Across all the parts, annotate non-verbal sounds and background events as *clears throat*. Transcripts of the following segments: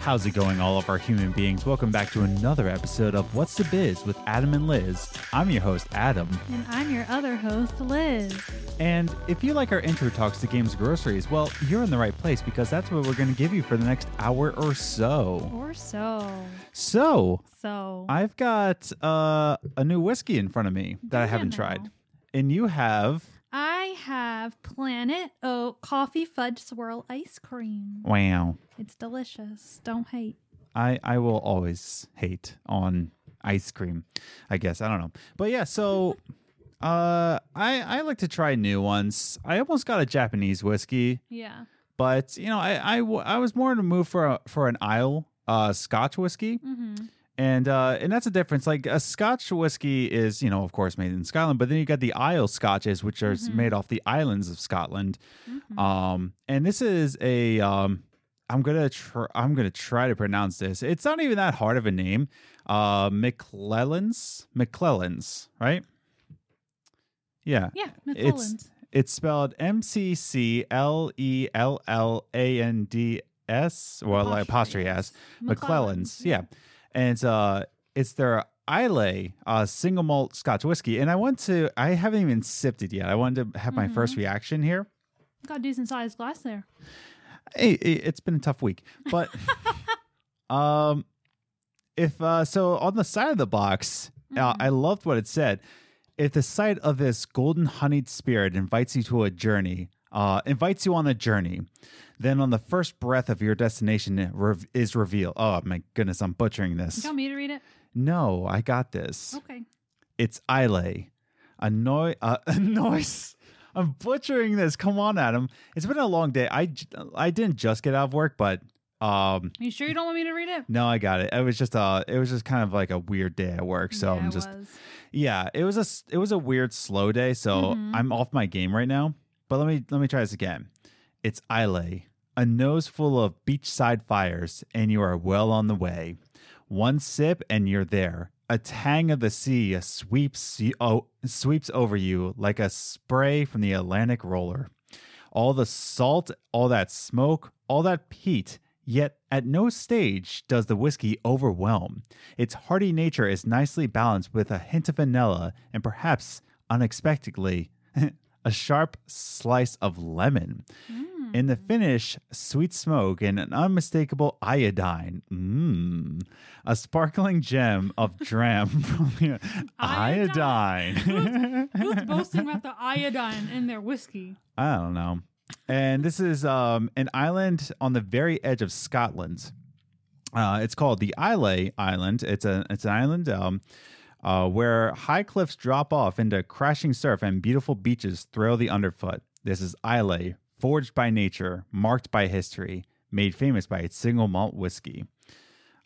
How's it going, all of our human beings? Welcome back to another episode of What's the Biz with Adam and Liz. I'm your host, Adam. And I'm your other host, Liz. And if you like our intro talks to games groceries, well, you're in the right place because that's what we're going to give you for the next hour or so. Or so. So, So. I've got uh, a new whiskey in front of me that I Do you haven't now? tried. And you have. I have Planet Oat Coffee Fudge Swirl Ice Cream. Wow. It's delicious. Don't hate. I, I will always hate on ice cream, I guess. I don't know. But yeah, so uh I I like to try new ones. I almost got a Japanese whiskey, Yeah. but you know, I I, w- I was more in the mood for a, for an Isle uh Scotch whiskey. Mm-hmm. And uh and that's a difference. Like a Scotch whiskey is, you know, of course made in Scotland, but then you got the Isle Scotches which are Mhm. made off the islands of Scotland. Mm-hmm. Um, and this is a um, I'm gonna try. I'm gonna try to pronounce this. It's not even that hard of a name. Uh, McClellan's McClellan's, right? Yeah, Yeah. It's- McClellan's. it's spelled M C C L E L L A N D S. Well, like apostrophe S. McClellan's, yeah. And it's, uh, it's their Islay uh, single malt Scotch whiskey. And I want to. I haven't even sipped it yet. I wanted to have my first reaction here. Got a decent sized glass there. hey, it- it's been a tough week, but um, if uh, so, on the side of the box, Mm-hmm. uh, I loved what it said. If the sight of this golden honeyed spirit invites you to a journey, uh, invites you on a journey, then on the first breath of your destination it rev- is revealed. Oh my goodness, I'm butchering You this. want me to read it? No, I got this. Okay. It's Islay. A, noi- uh, a *laughs* noise. I'm butchering this. Come on, Adam. It's been a long day. I, j- I didn't just get out of work, but um, You sure you don't want me to read it? no, I got it. It was just uh it was just kind of like a weird day at work. So Yeah, I'm it just was. yeah, it was a s- it was a weird slow day. So Mhm. I'm off my game right now. But let me let me try this again. It's Islay, a nose full of beachside fires, and you are well on the way. One sip and you're there. A tang of the sea sweeps you, oh, sweeps over you like a spray from the Atlantic roller. All the salt, all that smoke, all that peat. Yet at no stage does the whiskey overwhelm. Its hearty nature is nicely balanced with a hint of vanilla and perhaps unexpectedly *laughs* a sharp slice of lemon. Mm. In the finish, sweet smoke and an unmistakable iodine. Mmm. A sparkling gem of dram *laughs* from the Iodine. *laughs* iodine. Who's boasting about the iodine in *laughs* their whiskey? I don't know. And this is um, an island on the very edge of Scotland. Uh, it's called the Islay Island. It's a it's an island um, uh, where high cliffs drop off into crashing surf and beautiful beaches thrill the underfoot. This is Islay, forged by nature, marked by history, made famous by its single malt whiskey.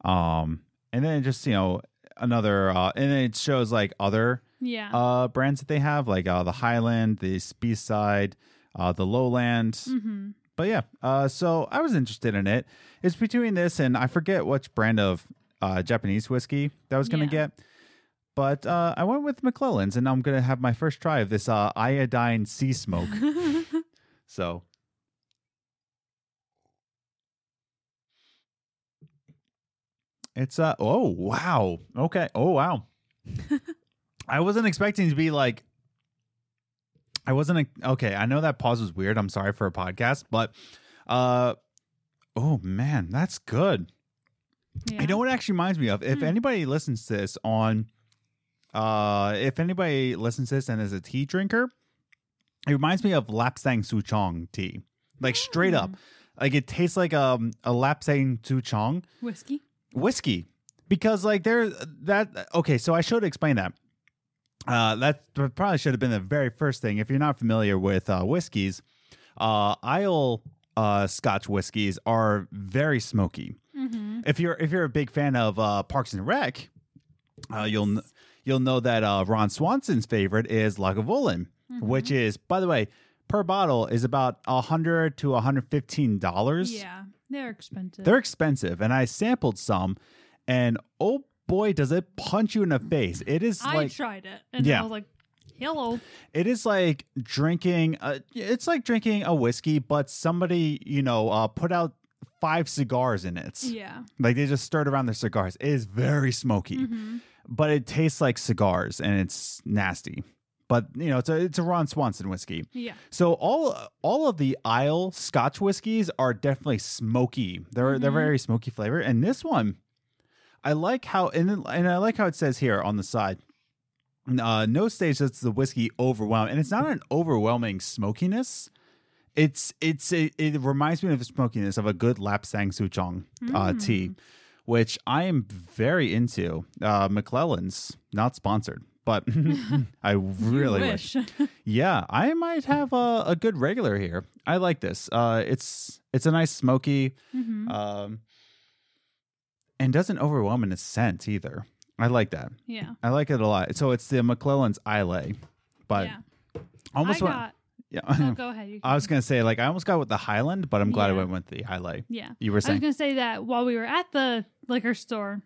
Um, and then just you know another uh, and then it shows like other Yeah. uh, brands that they have, like uh, the Highland, the Speyside, uh, the Lowland. mm-hmm. *laughs* But yeah, uh, so I was interested in it. It's between this and I forget which brand of uh, Japanese whiskey that I was going to Yeah. get. But uh, I went with McClellan's and I'm going to have my first try of this uh, iodine sea smoke. so. It's uh oh wow. Okay. Oh wow. I wasn't expecting to be like I wasn't okay. I know that pause was weird. I'm sorry for a podcast, but uh oh man, that's good. yeah. You know what it actually reminds me of? If Hmm. anybody listens to this on uh if anybody listens to this and is a tea drinker, it reminds me of Lapsang Souchong tea. Like straight Mm. up. Like it tastes like um a Lapsang Souchong Whiskey? whiskey because like there that okay so i should explain that uh that probably should have been the very first thing if you're not familiar with uh whiskeys uh isle uh scotch whiskeys are very smoky Mm-hmm. if you're if you're a big fan of uh parks and rec uh you'll kn- you'll know that uh ron swanson's favorite is lagavulin Mm-hmm. which is by the way per bottle is about 100 to 115 dollars Yeah. They're expensive. they're expensive, and I sampled some, and oh boy, does it punch you in the face! It is I like tried it and Yeah. I was like, hello. it is like drinking. A, it's like drinking a whiskey, but somebody you know uh, put out five cigars in it. Yeah. Like they just stirred around their cigars. It is very smoky, Mhm. but it tastes like cigars and it's nasty. But you know, it's a it's a Ron Swanson whiskey. Yeah. So all all of the Isle Scotch whiskies are definitely smoky. They're they're Mhm. very smoky flavor, and this one, I like how and then- and I like how it says here on the side. Uh, no stage that's the whiskey overwhelm, and it's not an overwhelming smokiness. It's it's it, it reminds me of the smokiness of a good Lapsang Souchong uh, Mm. tea, which I am very into. Uh, McClellan's not sponsored, but *laughs* I really wish. *laughs* Yeah, I might have a, a good regular here. I like this. Uh, it's it's a nice smoky, Mhm. um, and doesn't overwhelm in its scent either. I like that. yeah. I like it a lot. So it's the McClellan's Islay, but yeah. almost I went- got. yeah. *clears throat* oh, go ahead. You *laughs* I can- was gonna say like I almost got with the Highland, but I'm glad I Yeah. went with the Islay. yeah. You were I was saying, going to say that while we were at the liquor store,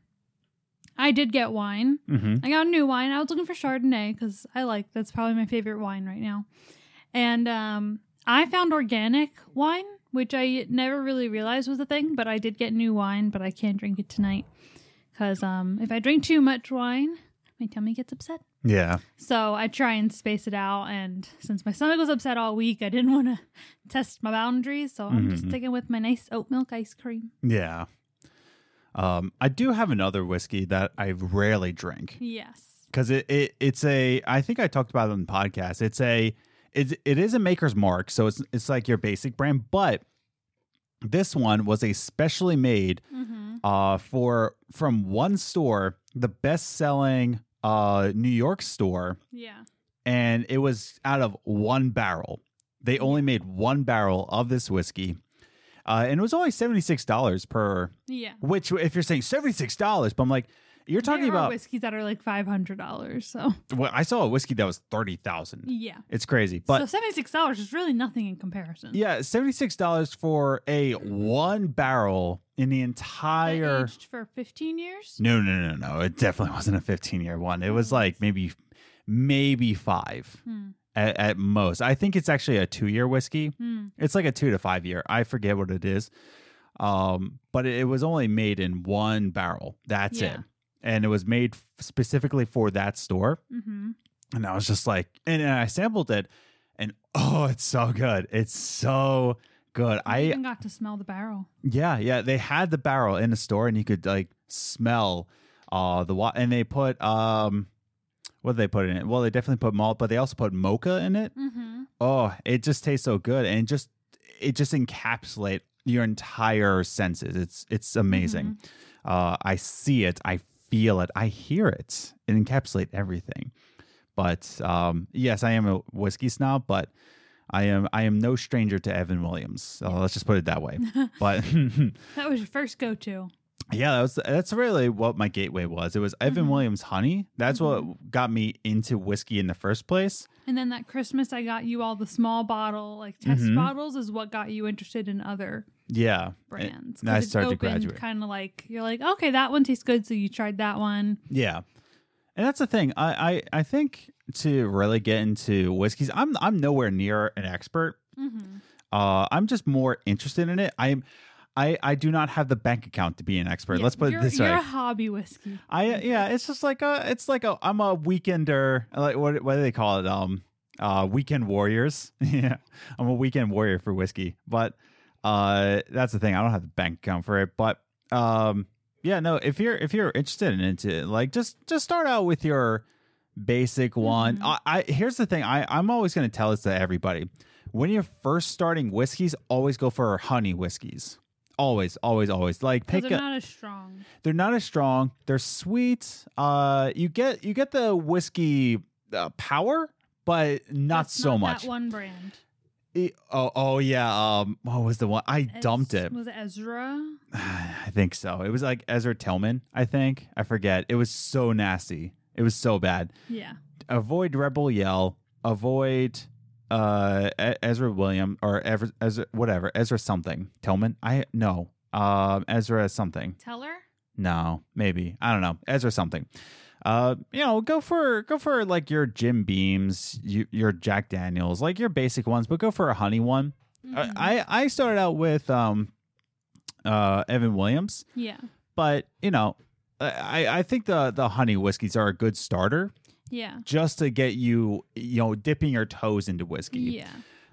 I did get wine. mm-hmm. I got a new wine. I was looking for Chardonnay because I like that's probably my favorite wine right now. And um, I found organic wine, which I never really realized was a thing, but I did get new wine, but I can't drink it tonight because um, if I drink too much wine, my tummy gets upset. yeah, So I try and space it out. And since my stomach was upset all week, I didn't *laughs* want to test my boundaries. So I'm just Mhm. sticking with my nice oat milk ice cream. yeah. Um, I do have another whiskey that I rarely drink. Yes. because it, it it's a I think I talked about it on the podcast. It's a it, it is a maker's mark, so it's it's like your basic brand, but this one was a specially made Mm-hmm. uh for from one store, the best selling uh New York store, Yeah. and it was out of one barrel. They only made one barrel of this whiskey. Uh, and it was only seventy six dollars per, Yeah. which if you're saying seventy six dollars, but I'm like, you're talking There are about. whiskeys that are like five hundred dollars. So well, I saw a whiskey that was thirty thousand. yeah, It's crazy. But so seventy six dollars is really nothing in comparison. yeah, $76 for a one barrel in the That entire. aged for fifteen years. No, no, no, no. It definitely wasn't a 15 year one. It was like maybe, maybe five Hmm. at, at most. I think it's actually a two year whiskey. Hmm. It's like a two to five year. I forget what it is. Um, but it, it was only made in one barrel. That's Yeah. it. And it was made f- specifically for that store. Mm-hmm. And I was just like, and, and I sampled it, and oh, it's so good. It's so good. I I, even got to smell the barrel. yeah, yeah. They had the barrel in the store, and you could like smell uh the water. And they put um, what did they put in it? Well, they definitely put malt, but they also put mocha in it. Mm-hmm. Oh, it just tastes so good, and it just it just encapsulate your entire senses. It's it's amazing. Uh, I see it, I feel it, I hear it. It encapsulate everything. But um, yes, I am a whiskey snob, but I am I am no stranger to Evan Williams. Uh, let's just put it that way. But *laughs* That was your first go to. yeah, that was that's really what my gateway was. It was Evan Mhm. Williams Honey. That's what got me into whiskey in the first place. And then that Christmas, I got you all the small bottle, like test Mhm. bottles, is what got you interested in other Yeah, brands. and I started to graduate. Kind of like you're like, okay, that one tastes good, so you tried that one. Yeah. And that's the thing. I, I I think to really get into whiskeys, I'm I'm nowhere near an expert. Mm-hmm. Uh, I'm just more interested in it. I'm, I, I do not have the bank account to be an expert. Let's put it this you're way. a hobby whiskey. I yeah, it's just like a, it's like a, I'm a weekender. Like what what do they call it? Um, uh, weekend warriors. *laughs* yeah, I'm a weekend warrior for whiskey. But uh, that's the thing. I don't have the bank account for it. But um, yeah, no. If you're if you're interested in it, like just just start out with your basic one. Mhm. I, I here's the thing. I I'm always going to tell this to everybody. When you're first starting whiskeys, always go for honey whiskeys. Always, always, always. Like Because pick they're a, not as strong. they're not as strong. They're sweet. Uh, you get you get the whiskey uh, power, but not That's so much. That one brand. E- oh, oh yeah. Um, what was the one I dumped Ez- it? Was it Ezra? *sighs* I think so. It was like Ezra Tillman. I think I forget. It was so nasty. It was so bad. Yeah. Avoid Rebel Yell. Avoid uh E- Ezra William or Ezra, Ezra whatever Ezra something Tillman. I no. Um, Ezra something. Teller? No, maybe I don't know. Ezra something. Uh, you know, go for go for like your Jim Beams, you, your Jack Daniels, like your basic ones, but go for a honey one. Mhm. I I I started out with um, uh, Evan Williams. Yeah. But you know, I I think the the honey whiskeys are a good starter Yeah. just to get you you know dipping your toes into whiskey. Yeah.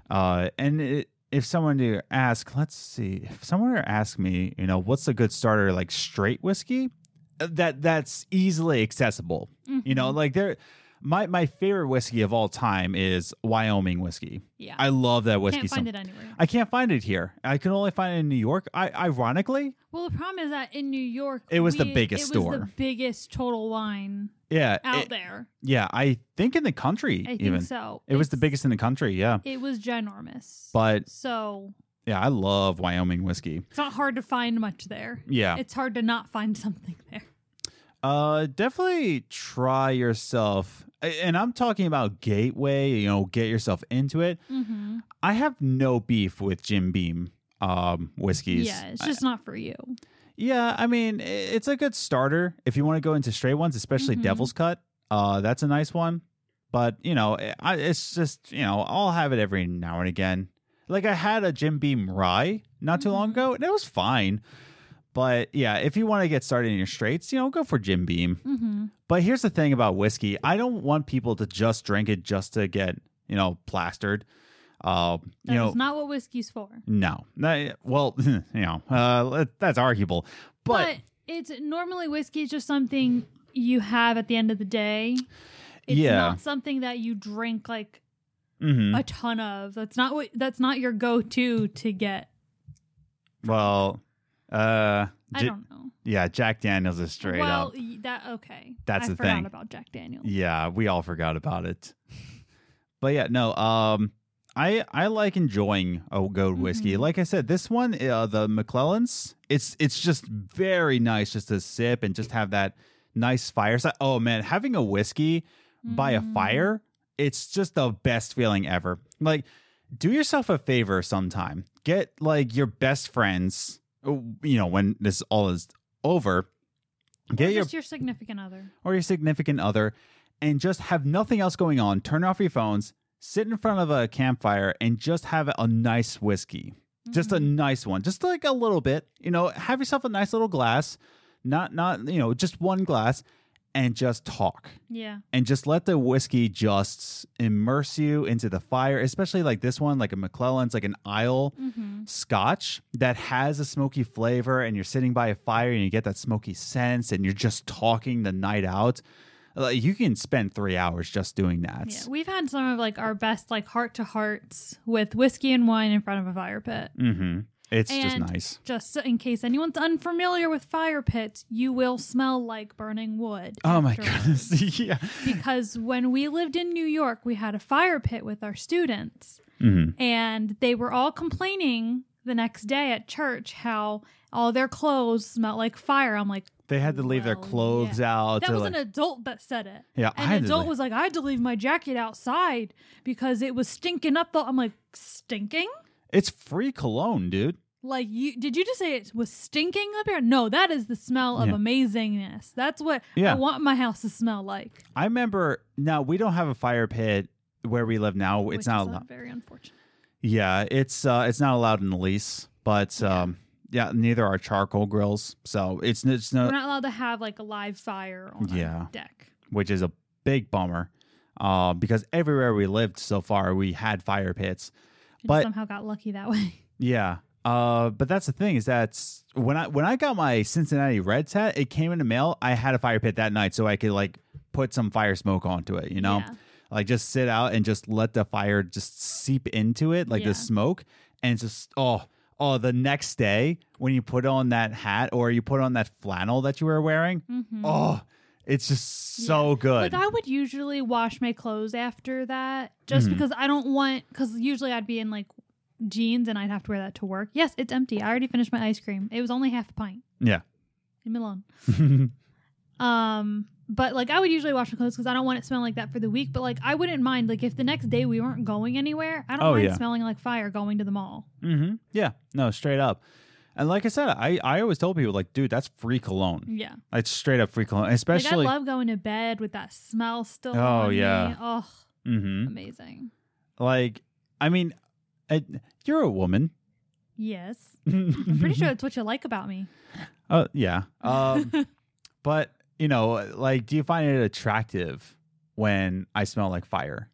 Uh, and it, if someone to ask, let's see, if someone were to ask me, you know, what's a good starter like straight whiskey? uh, That that's easily accessible. Mm-hmm. You know, like there, my my favorite whiskey of all time is Wyoming whiskey. Yeah. I love that whiskey. Can't find so- it anywhere. I can't find it here. I can only find it in New York. I ironically, Well, the problem is that in New York, It was the biggest it was the store. biggest total wine yeah, out it- there. yeah. I think in the country, Oh, I think even so. it was the It's- biggest in the country. Yeah, It was ginormous. but so yeah, I love Wyoming whiskey. it's not hard to find much there. Yeah, It's hard to not find *laughs* something there. Uh, definitely try yourself, a- and I'm talking about gateway. You know, get yourself into it. Mm-hmm. I have no beef with Jim Beam um whiskeys. Yeah, it's just not for you. yeah. I mean, i- it's a good starter if you want to go into straight ones, especially Mhm. Devil's Cut. Uh, that's a nice one. But you know, i- I, it's just you know, I'll have it every now and again. Like I had a Jim Beam rye not too Mm-hmm. long ago, and it was fine. But yeah, if you want to get started in your straights, you know, go for Jim Beam. Mm-hmm. But here's the thing about whiskey. I don't want people to just drink it just to get, you know, plastered. Uh, That's you know, not what whiskey's for. no. No, Well, *laughs* you know, uh, let- that's arguable. But, it's normally whiskey is just something you have at the end of the day. It's Yeah. not something that you drink like Mhm. a ton of. That's not what. That's not your go-to to get. well, uh, I J- don't know. yeah, Jack Daniels is straight well, up. y- that okay. That's I the forgot thing. about Jack Daniels. Yeah, we all forgot about it. but yeah, no. Um, I I like enjoying a good whiskey. Mhm. Like I said, this one, uh, the McClellans, it's it's just very nice just to sip and just have that nice fireside. Oh man, having a whiskey by a Mm. fire, it's just the best feeling ever. Like, do yourself a favor sometime. Get like your best friends. oh, You know when this all is over. Get Or your just your significant other. or your significant other and just have nothing else going on. Turn off your phones, sit in front of a campfire, and just have a nice whiskey. Just a nice one. Just like a little bit. You know, have yourself a nice little glass. Not not, you know, just one glass and just talk. Yeah. And just let the whiskey just immerse you into the fire, especially like this one, like a McClellan's, like an Isle Mm-hmm. scotch that has a smoky flavor and you're sitting by a fire and you get that smoky sense and you're just talking the night out like you can spend three hours just doing that Yeah, we've had some of like our best like heart to hearts with whiskey and wine in front of a fire pit. mm-hmm. it's And- just nice Just so- in case anyone's unfamiliar with fire pits, you will smell like burning wood. oh my afterwards. goodness *laughs* yeah because when we lived in New York, we had a fire pit with our students, Mhm. and they were all complaining the next day at church how all their clothes smelled like fire. I'm like, they had to leave their Well, clothes out that to, was like- an adult that said it. yeah I An had to adult leave- was like, I had to leave my jacket outside because it was stinking up the. I'm like, stinking? it's free cologne dude Like you did you just say it was stinking up here? No, that is the smell of Yeah. amazingness. That's what Yeah. I want my house to smell like. i remember now we don't have a fire pit where we live now which it's is, not uh, allowed very unfortunate. Yeah, it's uh it's not allowed in the lease, but Yeah. um yeah, neither are charcoal grills. So it's it's no We're not allowed to have like a live fire on Uh, Yeah. our deck. which is a big bummer. Uh, because everywhere we lived so far we had fire pits. We But- just somehow got lucky that way. Yeah. Uh but that's the thing is that when I when I got my Cincinnati Reds hat, it came in the mail. I had a fire pit that night so I could like put some fire smoke onto it, you know? Yeah. Like just sit out and just let the fire just seep into it, like Yeah. the smoke, and just oh oh the next day when you put on that hat or you put on that flannel that you were wearing, Mhm. oh it's just so Like good. I would usually wash my clothes after that, just Mhm. because I don't want. Because usually I'd be in like jeans and I'd have to wear that to work. Yes, it's empty. I already finished my ice cream. It was only half a pint. Yeah. leave me alone. *laughs* Mm-hmm. Um, but like I would usually wash my clothes because I don't want it smelling like that for the week. But like I wouldn't mind like if the next day we weren't going anywhere, I don't Oh, mind yeah. smelling like fire going to the mall. hmm Yeah, no, straight up. And like I said, I I always tell people like, dude, that's free cologne. Yeah, It's straight up free cologne, like, especially. I love going to bed with that smell still. Oh, on yeah. me. oh, Mhm. amazing. Like, I mean, I, you're a woman. Yes. I'm *laughs* pretty Mm-hmm. sure that's what you like about me. Uh, yeah. Um, *laughs* but you know, like, do you find it attractive when I smell like fire?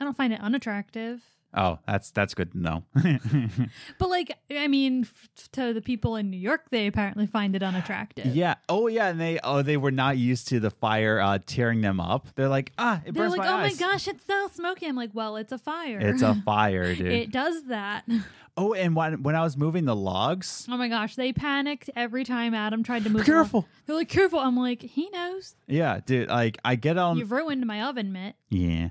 I don't find it unattractive. Oh, that's that's good to know. *laughs* But, like, I mean, f- to the people in New York, they apparently find it unattractive. yeah. Oh, yeah. And they oh they were not used to the fire uh, tearing them up. They're like, ah, it They're burns like, my oh eyes. my gosh, it's so smoky. I'm like, well, it's a fire. It's *laughs* a fire, dude. It does that. *laughs* oh, and when when I was moving the logs, Oh my gosh, they panicked every time Adam tried to move. along. careful. They're like, careful. I'm like, he knows. Yeah, dude. Like I get on. You've ruined my oven mitt. Yeah.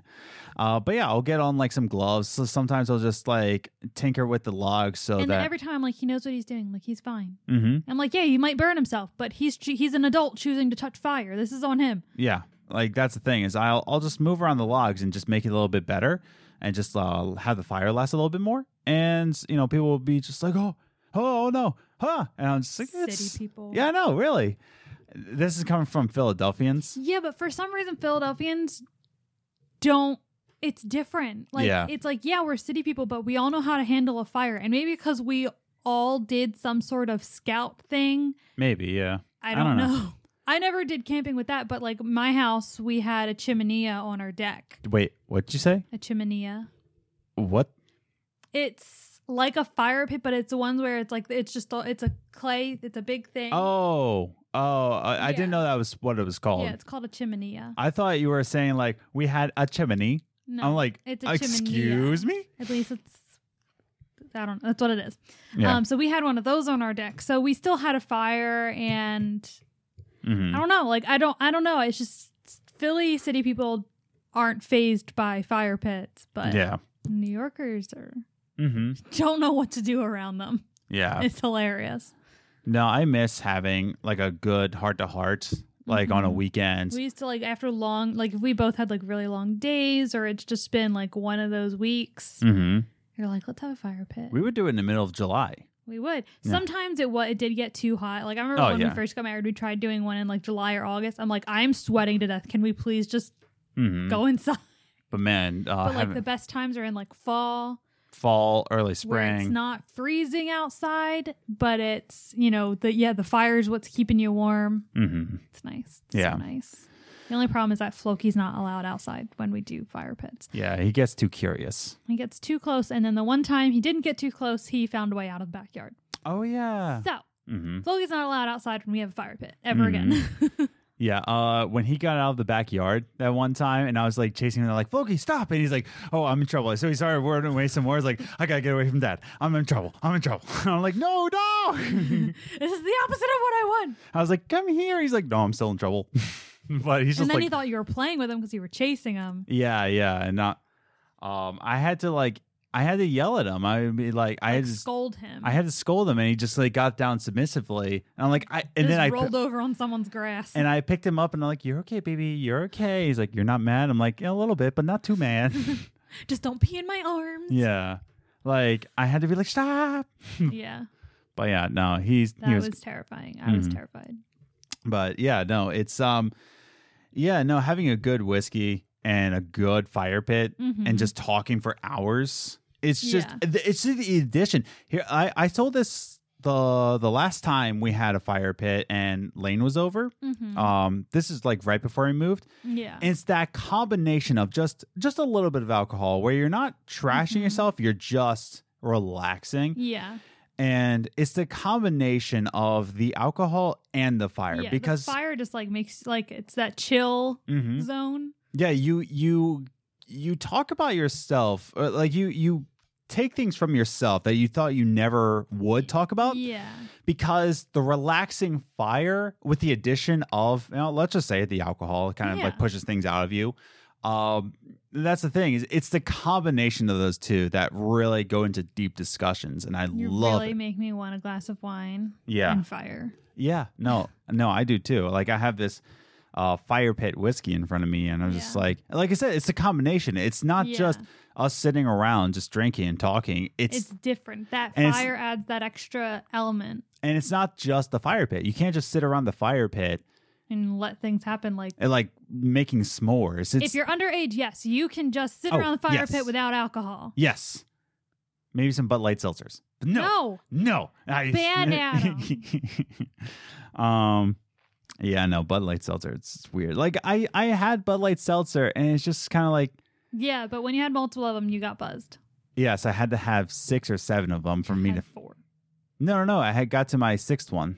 Uh, but yeah, I'll get on like some gloves. So sometimes I'll just like tinker with the logs so and then that. every time, like, he knows what he's doing. Like, he's fine. mm-hmm. I'm like, yeah, he might burn himself, but he's he's an adult choosing to touch fire. This is on him. Yeah, like that's the thing is I'll I'll just move around the logs and just make it a little bit better and just uh, have the fire last a little bit more. And you know, people will be just like, oh, oh, oh, no, huh? And I'm just like, it's, City people. yeah, no, really. This is coming from Philadelphians. Yeah, but for some reason, Philadelphians don't. It's different. Like, Yeah. it's like, yeah, we're city people, but we all know how to handle a fire. And maybe because we all did some sort of scout thing, Maybe, yeah. I don't, know. *laughs* I never did camping with that, but like my house, we had a chiminea on our deck. Wait, what'd you say? A chiminea. What? It's like a fire pit, but it's the ones where it's like it's just a, it's a clay, it's a big thing. Oh, oh, I, I didn't Yeah. know that was what it was called. yeah, it's called a chiminea. I thought you were saying like we had a chimney. No, I'm like, it's a excuse chiminea. me. At least it's I don't. That's what it is. Yeah. Um. So we had one of those on our deck. So we still had a fire, and Mhm. I don't know. Like I don't. I don't know. It's just Philly city people aren't phased by fire pits, but Yeah. New Yorkers are Mm-hmm. don't know what to do around them. Yeah. It's hilarious. No, I miss having like a good heart to heart, like on a Mhm. weekend. We used to like after long, like if we both had like really long days, or it's just been like one of those weeks. hmm You're like, let's have a fire pit. We would do it in the middle of July. We would. Yeah. Sometimes it was it did get too hot. Like I remember Oh, when yeah. we first got married, we tried doing one in like July or August. I'm like, I'm sweating to death. Can we please just hmm go inside? But man, uh, But like having the best times are in like fall, fall, early where it's spring. not freezing outside, but it's you know the yeah the fire's what's keeping you warm. hmm It's nice. It's so Yeah. nice. The only problem is that Floki's not allowed outside when we do fire pits. Yeah, he gets too curious. He gets too close, and then the one time he didn't get too close, he found a way out of the backyard. Oh yeah. So hmm Floki's not allowed outside when we have a fire pit ever Mm-hmm. again. Yeah. Uh, when he got out of the backyard that one time, and I was like chasing him, like Floki, stop! And he's like, Oh, I'm in trouble. So he started running away some more. He's like, I gotta get away from Dad. I'm in trouble. I'm in trouble. *laughs* I'm like, No, no. *laughs* *laughs* this is the opposite of what I want. I was like, Come here. He's like, No, I'm still in trouble. *laughs* but he's just and then like, he thought you were playing with him because you were chasing him. Yeah, yeah, and not. Um, I had to like, I had to yell at him. I would be like, I had Like, to, scold him. I had to scold him, and he just like got down submissively. And I'm like, I and Just then I pi- rolled over on someone's grass. and I picked him up, and I'm like, you're okay, baby, you're okay. He's like, you're not mad. I'm like, yeah, a little bit, but not too *laughs* mad. Just don't pee in my arms. *laughs* yeah, like I had to be like, stop. Yeah. But yeah, no, he's That he was, was, terrifying. I was Mhm. terrified. but yeah, no, it's um, yeah, no, having a good whiskey and a good fire pit Mhm. and just talking for hours. It's just Yeah. th- it's just the addition. Here I I told this the the last time we had a fire pit and Lane was over. Mhm. Um this is like right before I moved. yeah. And it's that combination of just just a little bit of alcohol where you're not trashing Mhm. yourself, you're just relaxing. yeah. And it's the combination of the alcohol and the fire yeah. because the fire just like makes like it's that chill Mhm. zone. yeah you you you talk about yourself or like you you take things from yourself that you thought you never would talk about yeah. because the relaxing fire with the addition of you know, let's just say the alcohol kind of Yeah. like pushes things out of you um that's the thing is it's the combination of those two that really go into deep discussions and i You love *laughs* really it make me want a glass of wine yeah and fire. yeah, no, no, I do too. Like I have this uh, fire pit whiskey in front of me, and I'm just Yeah. like, like I said, it's a combination. It's not Yeah. just us sitting around just drinking and talking. It's, It's different. That and it's- fire adds that extra element and it's not just the fire pit. You can't just sit around the fire pit and let things happen like and like making s'mores. It's if you're underage, yes, you can just sit Oh, around the fire yes. pit without alcohol. yes, Maybe some Bud Light seltzers. But no, No. no, I, Banana. *laughs* um, yeah, no, Bud Light seltzer. It's, it's weird. Like I, I had Bud Light seltzer, and it's just kind of like, Yeah, but when you had multiple of them, you got buzzed. yes, I had to have six or seven of them for me Had to. four. No, no, no. I had got to my sixth one.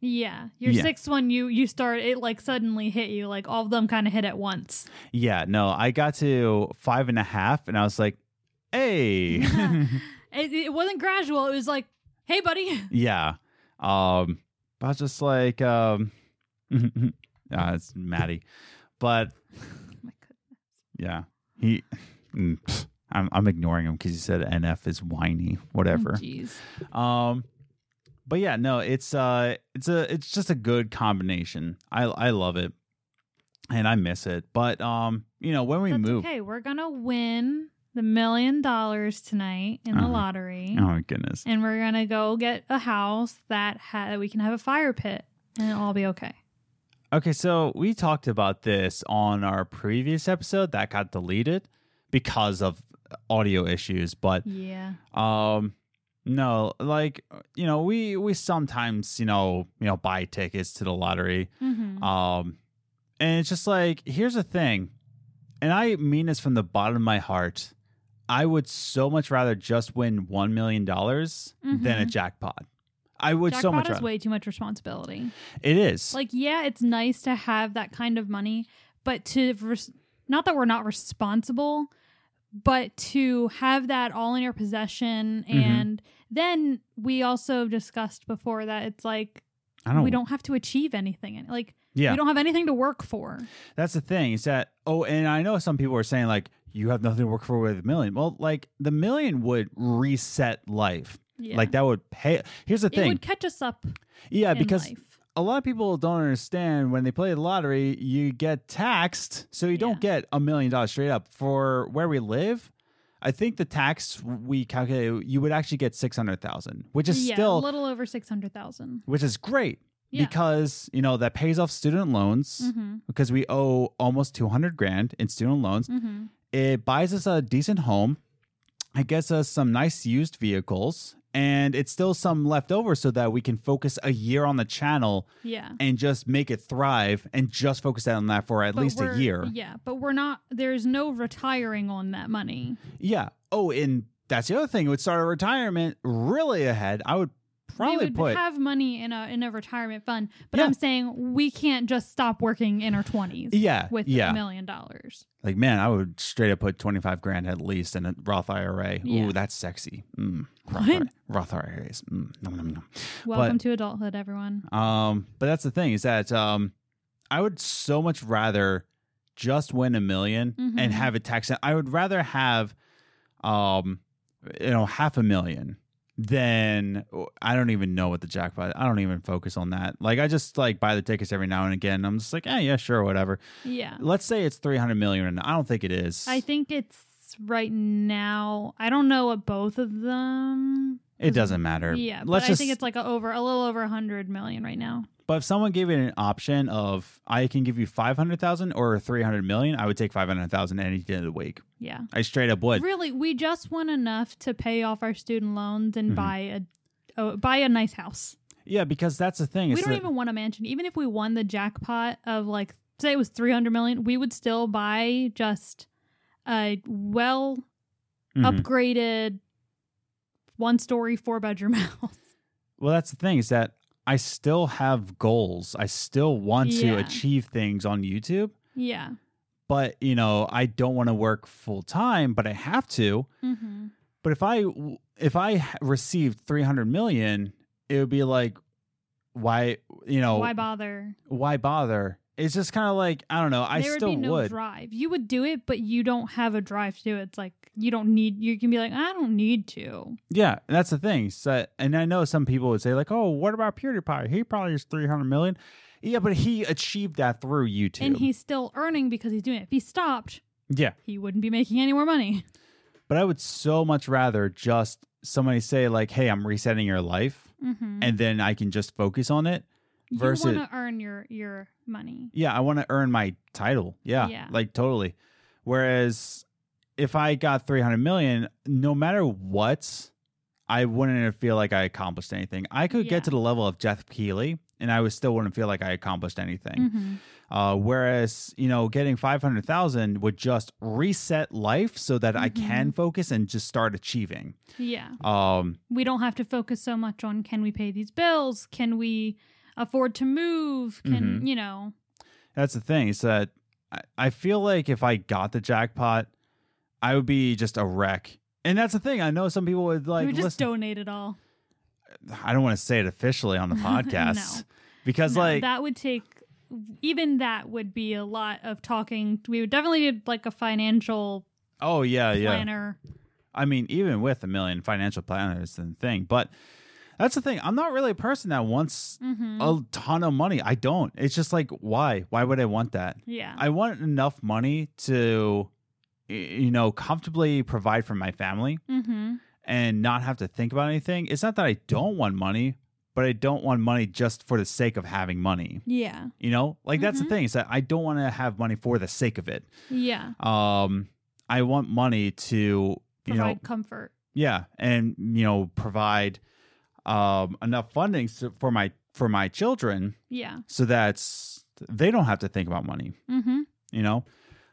Yeah, your Yeah. sixth one, you you start it like suddenly hit you like all of them kind of hit at once. Yeah, no, I got to five and a half, and I was like, hey, *laughs* It, it wasn't gradual. It was like, hey, buddy. *laughs* yeah. Um, but I was just like, um, *laughs* uh, it's Maddie, but Oh Yeah. He mm, *laughs* pfft. I'm I'm ignoring him because he said NF is whiny, whatever. Jeez. um but yeah, no, it's uh it's a it's just a good combination. I I love it. And I miss it. But um, you know, when we That's move okay. We're gonna win the million dollars tonight in the Uh-huh. lottery, Oh my goodness. and we're gonna go get a house that ha- that we can have a fire pit, and it'll all be okay. Okay, so we talked about this on our previous episode that got deleted because of uh, audio issues, but Yeah. Um, no, like you know, we we sometimes you know you know buy tickets to the lottery. Mm-hmm. Um, and it's just like here's the thing, and I mean this from the bottom of my heart. I would so much rather just win one million dollars than a Mhm. jackpot. I would Jackpot so much is rather. way too much responsibility. it is Like, yeah, it's nice to have that kind of money, but to res- not that we're not responsible, but to have that all in your possession, Mhm. and then we also discussed before that it's like I don't. we don't have to achieve anything, and like Yeah, we don't have anything to work for. that's the thing. Is that oh, and I know some people are saying like you have nothing to work for with a million. Well, like the million would reset life. Yeah. Like that would pay. Here's the it thing. would catch us up Yeah, in because life. a lot of people don't understand when they play the lottery, you get taxed, so you don't get a million dollars straight up. For where we live, I think the tax we calculate, you would actually get six hundred thousand, which is yeah, still a little over six hundred thousand. which is great Yeah. because you know that pays off student loans Mm-hmm. because we owe almost two hundred grand in student loans. Mm-hmm. It buys us a decent home, it gets us some nice used vehicles. And it's still some left over so that we can focus a year on the channel Yeah. and just make it thrive and just focus on that for at But least a we're- year. Yeah. Yeah, but we're not. There's no retiring on that money. Oh, and that's the other thing. It would start a retirement really ahead. I would we probably would put have money in a in a retirement fund, but Yeah. I'm saying we can't just stop working in our 20s yeah, with a yeah. million dollars. Like man, I would straight up put twenty five grand at least in a Roth IRA. Yeah. Ooh, that's sexy. Mm. Roth, What? IRA, Roth IRAs. Mm. Nom, nom, nom. Welcome to adulthood, everyone. Um, but that's the thing is that um, I would so much rather just win a 1000000 Mhm. and have it taxed. I would rather have, um, you know, half a million than I don't even know what the jackpot. I don't even focus on that. Like I just like buy the tickets every now and again. I'm just like, eh, yeah, sure, whatever. Yeah, Let's say it's three hundred million, and I don't think it is. I think it's right now. I don't know what both of them. it doesn't matter. Yeah, but let's I just. think it's like a over a little over a hundred million right now. but if someone gave it an option of I can give you five hundred thousand or three hundred million, I would take five hundred thousand any day of the week. Yeah, I straight up would. really, we just want enough to pay off our student loans and Mhm. buy a. Oh, buy a nice house. Yeah, because that's the thing. We it's don't that- even want a mansion. Even if we won the jackpot of like say it was 300 million, we would still buy just a well Mhm. upgraded one story four bedroom *laughs* house. Well, that's the thing is that I still have goals. I still want Yeah. to achieve things on YouTube, yeah. but you know, I don't want to work full time, but I have to. Mm-hmm. But if I if I h- received 300 million, it would be like why, you know, Why bother? why bother? It's just kind of like, I don't know, I there still would be no would. drive. You would do it, but you don't have a drive to do it. It's like you don't need you can be like, I don't need to. Yeah, and that's the thing. So, and I know some people would say like, "Oh, what about PewDiePie? He probably is three hundred million. Yeah, but he achieved that through YouTube. And he's still earning because he's doing it. If he stopped, yeah, he wouldn't be making any more money. but I would so much rather just somebody say like, "Hey, I'm resetting your life," Mm-hmm. and then I can just focus on it. versus- you want to earn your your money. Yeah, I want to earn my title. Yeah, Yeah. like totally. Whereas if I got 300 million, no matter what, I wouldn't feel like I accomplished anything. I could Yeah. get to the level of Jeff Keighley and I would still wouldn't feel like I accomplished anything. Mhm. Uh, whereas, you know, getting 500,000 would just reset life so that I Mm-hmm. can focus and just start achieving. Yeah. Um, We don't have to focus so much on can we pay these bills? Can we afford to move? Can, Mm-hmm. you know, that's the thing is that I, I feel like if I got the jackpot, I would be just a wreck. And that's the thing. I know some people would like, we just listen, donate it all. I don't want to say it officially on the podcast *laughs* No. because No, like, that would take even that would be a lot of talking. We would definitely need like a financial oh yeah, yeah. planner. I mean, even with a million financial planners and thing, but that's the thing. I'm not really a person that wants hmm a ton of money. I don't. It's just like, why? Why would I want that? yeah. I want enough money to, y- you know, comfortably provide for my family mm-hmm. and not have to think about anything. It's not that I don't want money, but I don't want money just for the sake of having money. Yeah. You know, like that's Mhm. the thing is that I don't want to have money for the sake of it. Yeah. Um, I want money to, you Provide know, comfort. yeah, and you know, provide um enough funding so, for my for my children Yeah. so that they don't have to think about money Mm-hmm. you know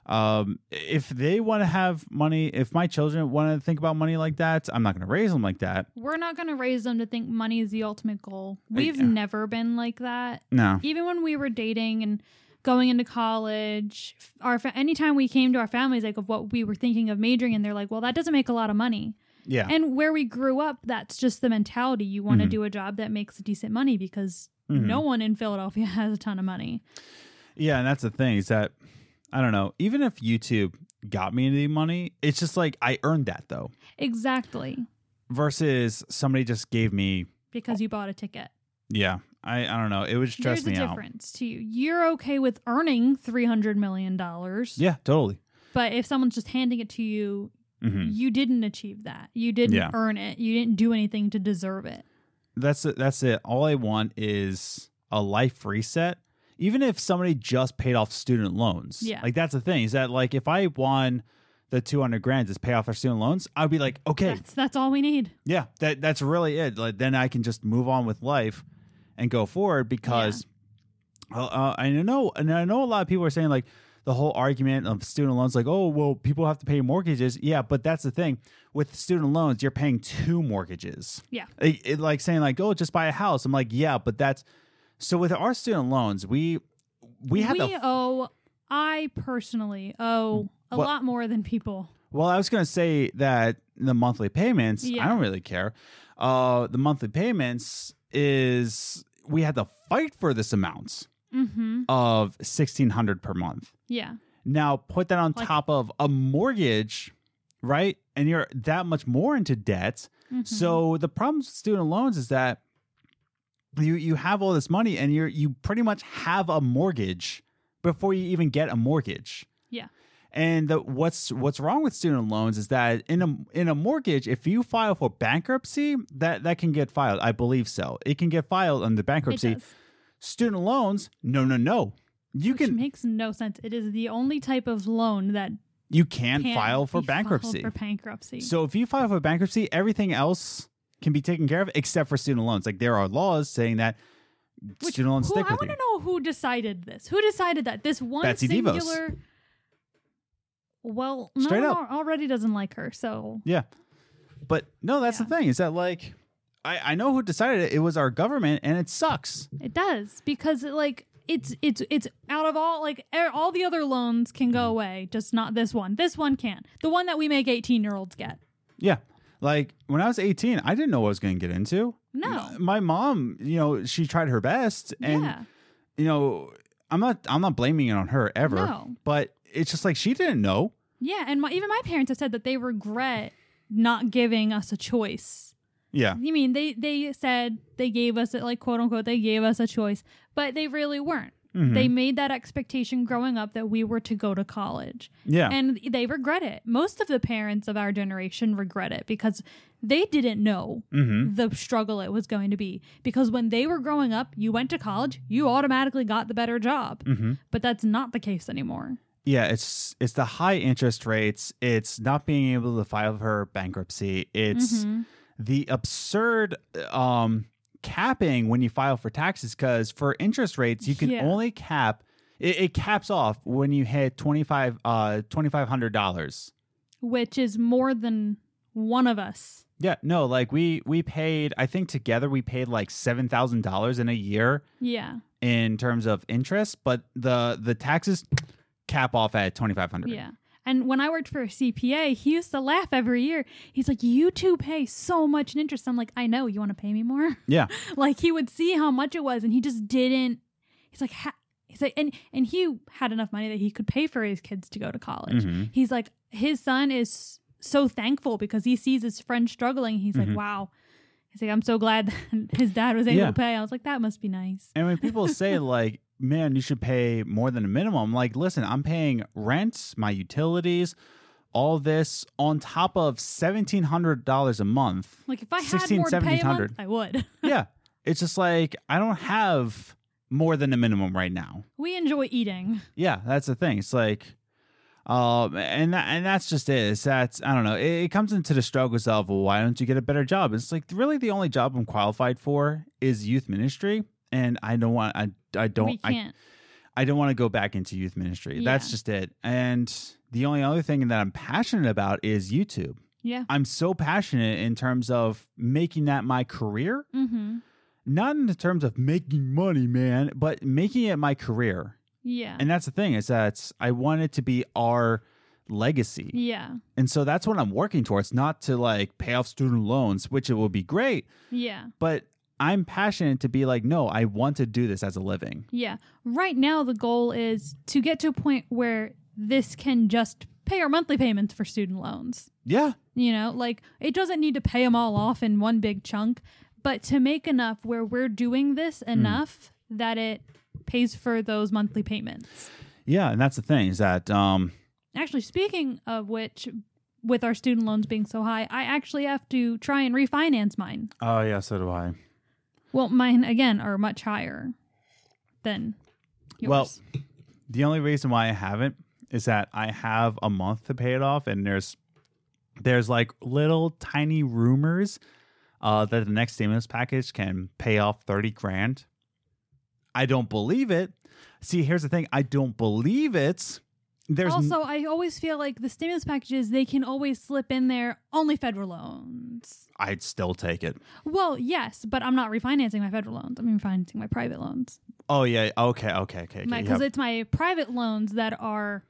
um if they want to have money if my children want to think about money like that i'm not going to raise them like that We're not going to raise them to think money is the ultimate goal. We've Uh, yeah. never been like that. no Even when we were dating and going into college, f- our fa- anytime we came to our families like of what we were thinking of majoring in, they're like, "Well, that doesn't make a lot of money." yeah And where we grew up, that's just the mentality. You want to Mhm. do a job that makes decent money because Mhm. no one in Philadelphia *laughs* has a ton of money. yeah and that's the thing is that i don't know even if youtube got me any money it's just like i earned that though Exactly. versus somebody just gave me Because you bought a ticket. yeah i i don't know it would stress There's a me out difference to you. You're okay with earning three hundred million dollars. yeah totally But if someone's just handing it to you, hmm you didn't achieve that. You didn't Yeah. earn it. You didn't do anything to deserve it. that's it that's it all i want is a life reset even if somebody just paid off student loans Yeah. like that's the thing is that like if i won the 200 grand to pay off our student loans i'd be like okay That's that's all we need. yeah that that's really it like then i can just move on with life and go forward because uh, uh, i know and i know a lot of people are saying like the whole argument of student loans like oh well people have to pay mortgages yeah but that's the thing with student loans you're paying two mortgages Yeah. it, it, like saying like oh just buy a house i'm like yeah but that's so with our student loans we we had we uh, the owe I personally owe a What- lot more than people. well i was going to say that the monthly payments i Yeah. don't really care uh the monthly payments is we had to fight for this amount Mm-hmm. of 1600 per month Yeah. now put that on Like- top of a mortgage right and you're that much more into debt Mhm. So the problem with student loans is that you you have all this money and you're you pretty much have a mortgage before you even get a mortgage. Yeah. And the, what's what's wrong with student loans is that in a in a mortgage, if you file for bankruptcy, that that can get filed. I believe so. It can get filed under it bankruptcy. does, Student loans, no, no, no. You which can makes no sense. It is the only type of loan that you can can file for be filed bankruptcy. For bankruptcy. So if you file for bankruptcy, everything else can be taken care of except for student loans. Like there are laws saying that Which- student loans who- stick I with you. want to know who decided this. Who decided that? This one Betsy singular. DeVos. Well, no, Straight no, up. already doesn't like her. So Yeah. But no, that's the Yeah. thing is that like I, I know who decided it. It was our government and it sucks. it does because it, like it's it's it's out of all like er- all the other loans can go away, just not this one. This one can. The one that we make eighteen year olds get. Yeah. Like when I was 18, I didn't know what I was going to get into. No. My mom, you know, she tried her best and yeah. you know, I'm not I'm not blaming it on her ever. No. But it's just like she didn't know. Yeah, and my, even my parents have said that they regret not giving us a choice. Yeah. You mean they they said they gave us it like quote unquote they gave us a choice, but they really weren't. Mhm. They made that expectation growing up that we were to go to college. yeah. And they regret it. Most of the parents of our generation regret it because they didn't know mm-hmm. the struggle it was going to be. Because when they were growing up, you went to college, you automatically got the better job. Mhm. But that's not the case anymore. Yeah, it's it's the high interest rates. It's not being able to file for bankruptcy. It's Mhm. the absurd um, capping when you file for taxes because for interest rates you can Yeah. only cap it, it caps off when you hit twenty five uh twenty five hundred dollars. which is more than one of us. Yeah, no, like we we paid I think together we paid like seven thousand dollars in a year Yeah. in terms of interest, but the the taxes cap off at twenty five hundred. Yeah. And when I worked for a CPA, he used to laugh every year. He's like, You two pay so much in interest. I'm like, I know. You want to pay me more? *laughs* Yeah. like, he would see how much it was and he just didn't. He's like, ha- He's like, and, and he had enough money that he could pay for his kids to go to college. Mhm. He's like, His son is so thankful because he sees his friend struggling. He's Mhm. like, Wow. He's like, I'm so glad *laughs* that his dad was able Yeah. to pay. I was like, That must be nice. And when people say *laughs* like, "Man, you should pay more than a minimum," like, listen, I'm paying rent, my utilities, all this on top of seventeen hundred dollars a month. *laughs* Like, if I had 16, more to pay a month, 1700. I would. *laughs* yeah, it's just like I don't have more than a minimum right now. we enjoy eating. Yeah, that's the thing. It's like, um, and that, and that's just it. It's that's I don't know. It, it comes into the struggles of well, why don't you get a better job? It's like really the only job I'm qualified for is youth ministry, and I don't want I I we don't I can't. I don't want to go back into youth ministry. That's Yeah. just it. And the only other thing that I'm passionate about is YouTube. yeah. I'm so passionate in terms of making that my career, Mm-hmm. not in the terms of making money, man, but making it my career. Yeah. And that's the thing is that I want it to be our legacy. yeah. And so that's what I'm working towards, not to like pay off student loans, which it will be great, Yeah. but I'm passionate to be like, no, I want to do this as a living. Yeah. Right now, the goal is to get to a point where this can just pay our monthly payments for student loans. Yeah. You know, like it doesn't need to pay them all off in one big chunk, but to make enough where we're doing this Mm. enough that it pays for those monthly payments. Yeah. And that's the thing is that, um, Actually, speaking of which, with our student loans being so high, I actually have to try and refinance mine. Oh yeah, so do I. Well, mine again are much higher than yours. Well, The only reason why I haven't is that I have a month to pay it off, and there's there's like little tiny rumors uh, that the next stimulus package can pay off thirty grand. I don't believe it. See, here's the thing: I don't believe it. There's n- also, I always feel like the stimulus packages they can always slip in there only federal loans. I'd still take it. Well, yes, but I'm not refinancing my federal loans. I'm refinancing my private loans Oh yeah. Okay. Okay. Okay. okay because yeah. it's my private loans that are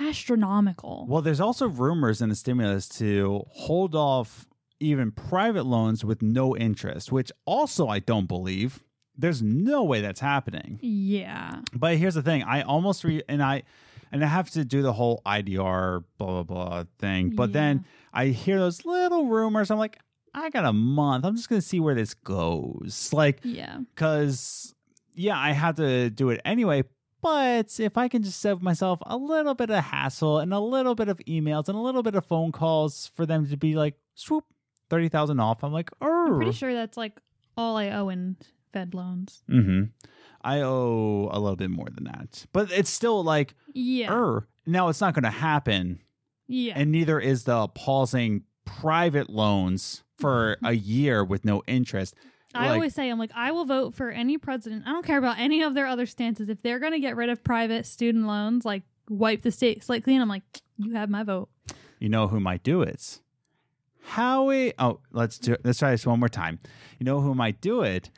astronomical. Well, there's also rumors in the stimulus to hold off even private loans with no interest, which also I don't believe. There's no way that's happening. Yeah, But here's the thing: I almost re and I and I have to do the whole IDR blah blah blah thing. But then I hear those little rumors. I'm like, I got a month. I'm just gonna see where this goes. Like, yeah, because yeah, I had to do it anyway. But if I can just save myself a little bit of hassle and a little bit of emails and a little bit of phone calls for them to be like swoop thirty thousand off, I'm like, oh, I'm pretty sure that's like all I owe in Fed loans. hmm I owe a little bit more than that, but it's still like, Yeah, er, now it's not going to happen, yeah, and neither is the pausing private loans *laughs* for a year with no interest. I Like- always say, I'm like, I will vote for any president. I don't care about any of their other stances. If they're going to get rid of private student loans, like wipe the state slate clean, I'm like, you have my vote. You know who might do it? Howie. Oh, let's do. Let's try this one more time. You know who might do it?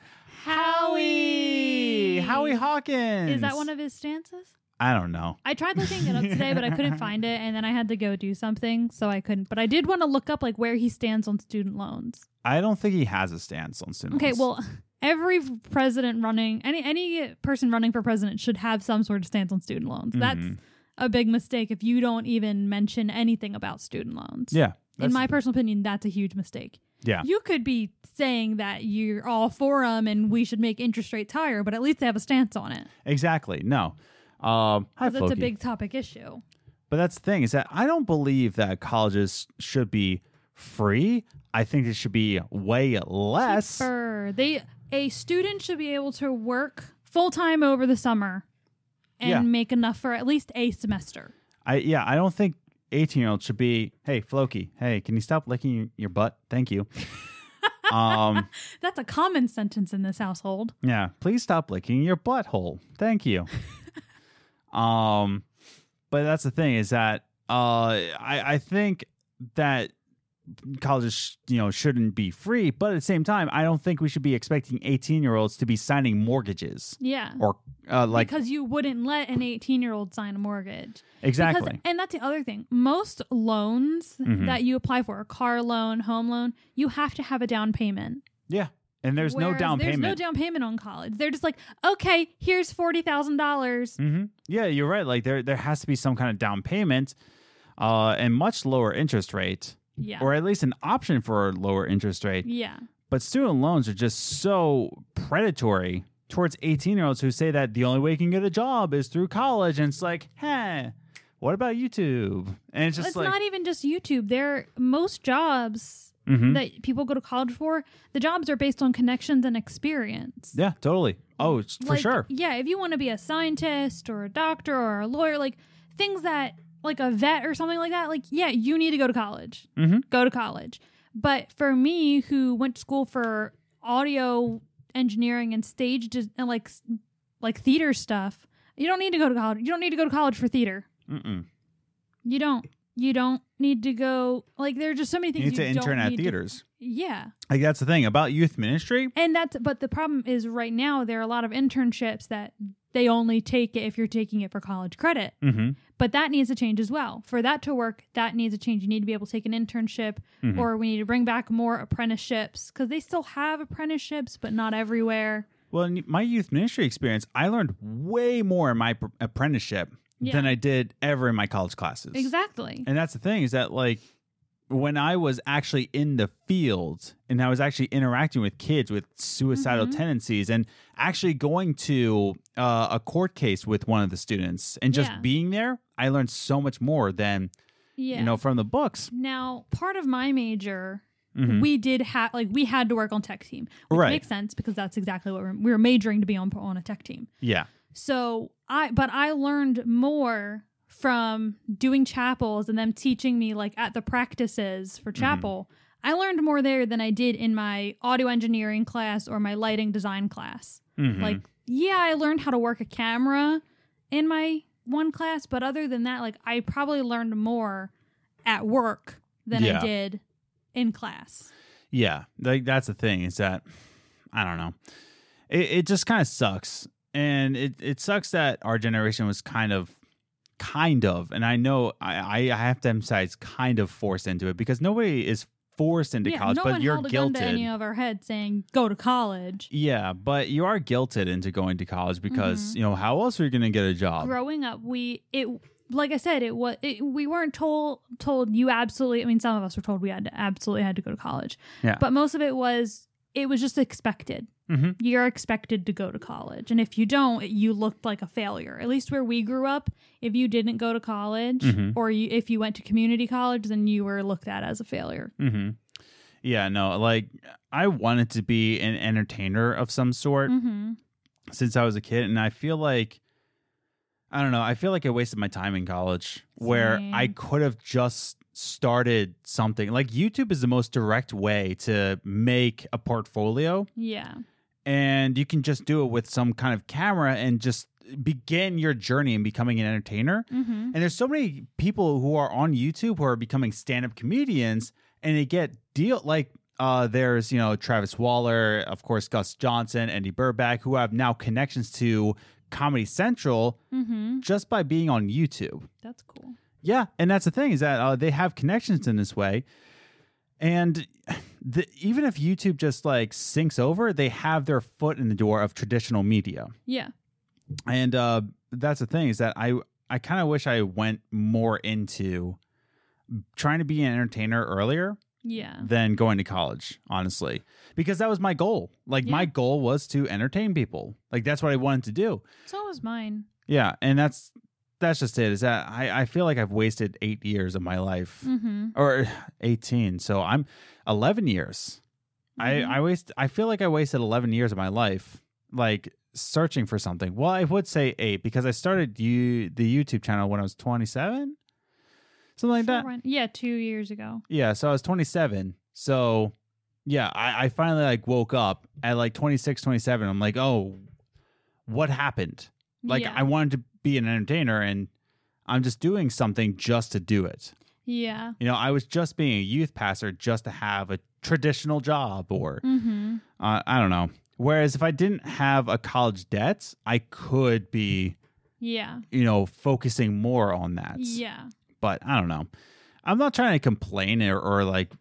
Howie Hawkins. Is that one of his stances? I don't know. I tried looking it up today, but *laughs* I couldn't find it. And then I had to go do something, so I couldn't. But I did want to look up like where he stands on student loans. I don't think he has a stance on student Okay, loans. well, every president running, any any person running for president should have some sort of stance on student loans. That's Mhm. a big mistake if you don't even mention anything about student loans. yeah. In that's- my personal opinion, that's a huge mistake. Yeah. You could be saying that you're all for them and we should make interest rates higher, but at least they have a stance on it. exactly. No. Um, hi, 'Cause That's a Floki. big topic issue. But that's the thing is that I don't believe that colleges should be free. I think it should be way less. Sure. They a student should be able to work full time over the summer and Yeah. make enough for at least a semester. I yeah, I don't think 18 year olds should be, hey, Floki, hey, can you stop licking your, your butt? Thank *laughs* you. um, That's a common sentence in this household. yeah, please stop licking your butthole. Thank you. um, but that's the thing is that uh, I I think that colleges sh- you know shouldn't be free, but at the same time, I don't think we should be expecting 18 year olds to be signing mortgages Yeah. or uh, like because you wouldn't let an 18 year old sign a mortgage. Because- exactly. and that's the other thing. Most loans Mhm. that you apply for, a car loan, home loan, you have to have a down payment. Yeah. And there's no Whereas down there's payment. no down payment on college. They're just like, okay, here's forty thousand dollars. hmm Yeah, you're right. Like there, there has to be some kind of down payment, uh, and much lower interest rate, Yeah, or at least an option for a lower interest rate. yeah, But student loans are just so predatory towards 18 year olds who say that the only way you can get a job is through college, and it's like, hey, what about YouTube? And it's just it's like, not even just YouTube. There, most jobs Mhm. that people go to college for, the jobs are based on connections and experience. yeah, totally. Oh, it's- for Like, sure. Yeah, if you want to be a scientist or a doctor or a lawyer, like things that like a vet or something like that, like yeah, you need to go to college. Mhm. Go to college. But for me, who went to school for audio engineering and stage des- and like s- like theater stuff, you don't need to go to college. You don't need to go to college for theater. Mm-mm. You don't. You don't need to go. Like there are just so many You things need to don't intern at need to- theaters. yeah. Like that's the thing about youth ministry. And that's but the problem is right now there are a lot of internships that they only take it if you're taking it for college credit. Mm-hmm. But that needs a change as well. For that to work, that needs a change. You need to be able to take an internship Mhm. or we need to bring back more apprenticeships cuz they still have apprenticeships but not everywhere. Well, in my youth ministry experience, I learned way more in my pr- apprenticeship Yeah. than I did ever in my college classes. Exactly. And that's the thing is that like when I was actually in the field and I was actually interacting with kids with suicidal Mhm. tendencies and actually going to uh, a court case with one of the students and just Yeah. being there, I learned so much more than Yeah. you know from the books. now, part of my major Mhm. we did have like we had to work on tech team. Which Right. makes sense because that's exactly what we're, we were majoring to be on on a tech team. Yeah. So I, but I learned more from doing chapels and them teaching me like at the practices for chapel. I learned more there than I did in my audio engineering class or my lighting design class. Mhm. Like, yeah, I learned how to work a camera in my one class, but other than that, like I probably learned more at work than Yeah. I did in class. Yeah, like that's the thing is that I don't know. It it just kind of sucks, and it it sucks that our generation was kind of, kind of, and I know I I I have to emphasize kind of forced into it because nobody is forced into yeah, college, no but one you're held a gun to any guilted. of our heads saying go to college. Yeah, but you are guilted into going to college because Mm-hmm. you know how else are you going to get a job? growing up we it like i said it was it, we weren't told told you absolutely i mean some of us were told we had to absolutely had to go to college Yeah. but most of it was it was just expected Mhm. you're expected to go to college and if you don't it- you looked like a failure at least where we grew up if you didn't go to college Mhm. or you, if you went to community college then you were looked at as a failure hmm Yeah, no, like I wanted to be an entertainer of some sort. hmm since I was a kid, and I feel like I don't know. I feel like I wasted my time in college where Same. I could have just started something. Like YouTube is the most direct way to make a portfolio, yeah and you can just do it with some kind of camera and just begin your journey in becoming an entertainer. hmm And there's so many people who are on YouTube who are becoming stand-up comedians and they get deal like uh there's, you know, Travis Waller, of course Gus Johnson, Andy Burback, who have now connections to Comedy Central hmm just by being on YouTube. that's cool Yeah, and that's the thing is that uh, they have connections in this way, and the, even if YouTube just like sinks over, they have their foot in the door of traditional media yeah and uh that's the thing is that i i kind of wish i went more into trying to be an entertainer earlier yeah than going to college honestly because that was my goal like Yeah. my goal was to entertain people like that's what i wanted to do so was mine yeah and that's that's just it is that i i feel like i've wasted eight years of my life mm-hmm. or 18 so i'm Mm-hmm. 11 years i i waste i feel like i wasted 11 years of my life like searching for something. Well, I would say eight because I started you the YouTube channel when I was 27, Mm-hmm. something like that. Short-run- Yeah, two years ago. Yeah, so I was 27. So yeah, I, I finally like woke up at like 26, 27. I'm like, oh, what happened? Like yeah. I wanted to be an entertainer and I'm just doing something just to do it. yeah. You know, I was just being a youth pastor just to have a traditional job or Mm-hmm. uh, I don't know. Whereas if I didn't have a college debt, I could be, Yeah. you know, focusing more on that. yeah. But I don't know. I'm not trying to complain or, or like,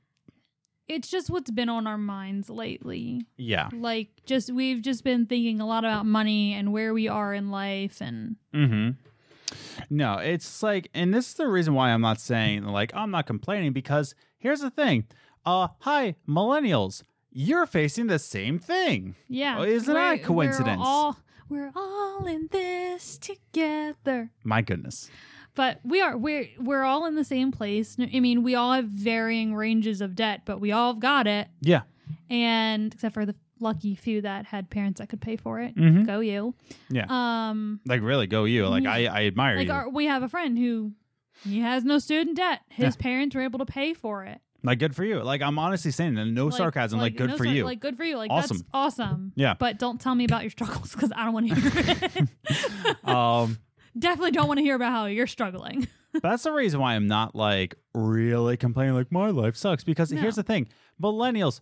It's just what's been on our minds lately. yeah. Like just we've just been thinking a lot about money and where we are in life and Mm-hmm. No, it's like, and this is the reason why I'm not saying like I'm not complaining because here's the thing. Uh, hi millennials, you're facing the same thing. yeah. Oh, isn't that a We're- coincidence? We're all, we're all in this together. My goodness. But we are we're we're all in the same place. No, I mean, we all have varying ranges of debt, but we all have got it. Yeah. And except for the lucky few that had parents that could pay for it. Mhm. Go you. Yeah. Um Like really, go you. Like Yeah. I, I admire Mm-hmm. like you. our, we have a friend who he has no student debt. His parents were able to pay for it. like good for you. Like I'm honestly saying, that, no Like- sarcasm. Like, good no for sar- you. Like good for you. Like Awesome. that's awesome. Yeah. But don't tell me about your *laughs* struggles because I don't want to hear *laughs* it. *laughs* um, Definitely don't want to hear about how you're struggling. but that's the reason why I'm not like really complaining. Like my life sucks because No. here's the thing, millennials,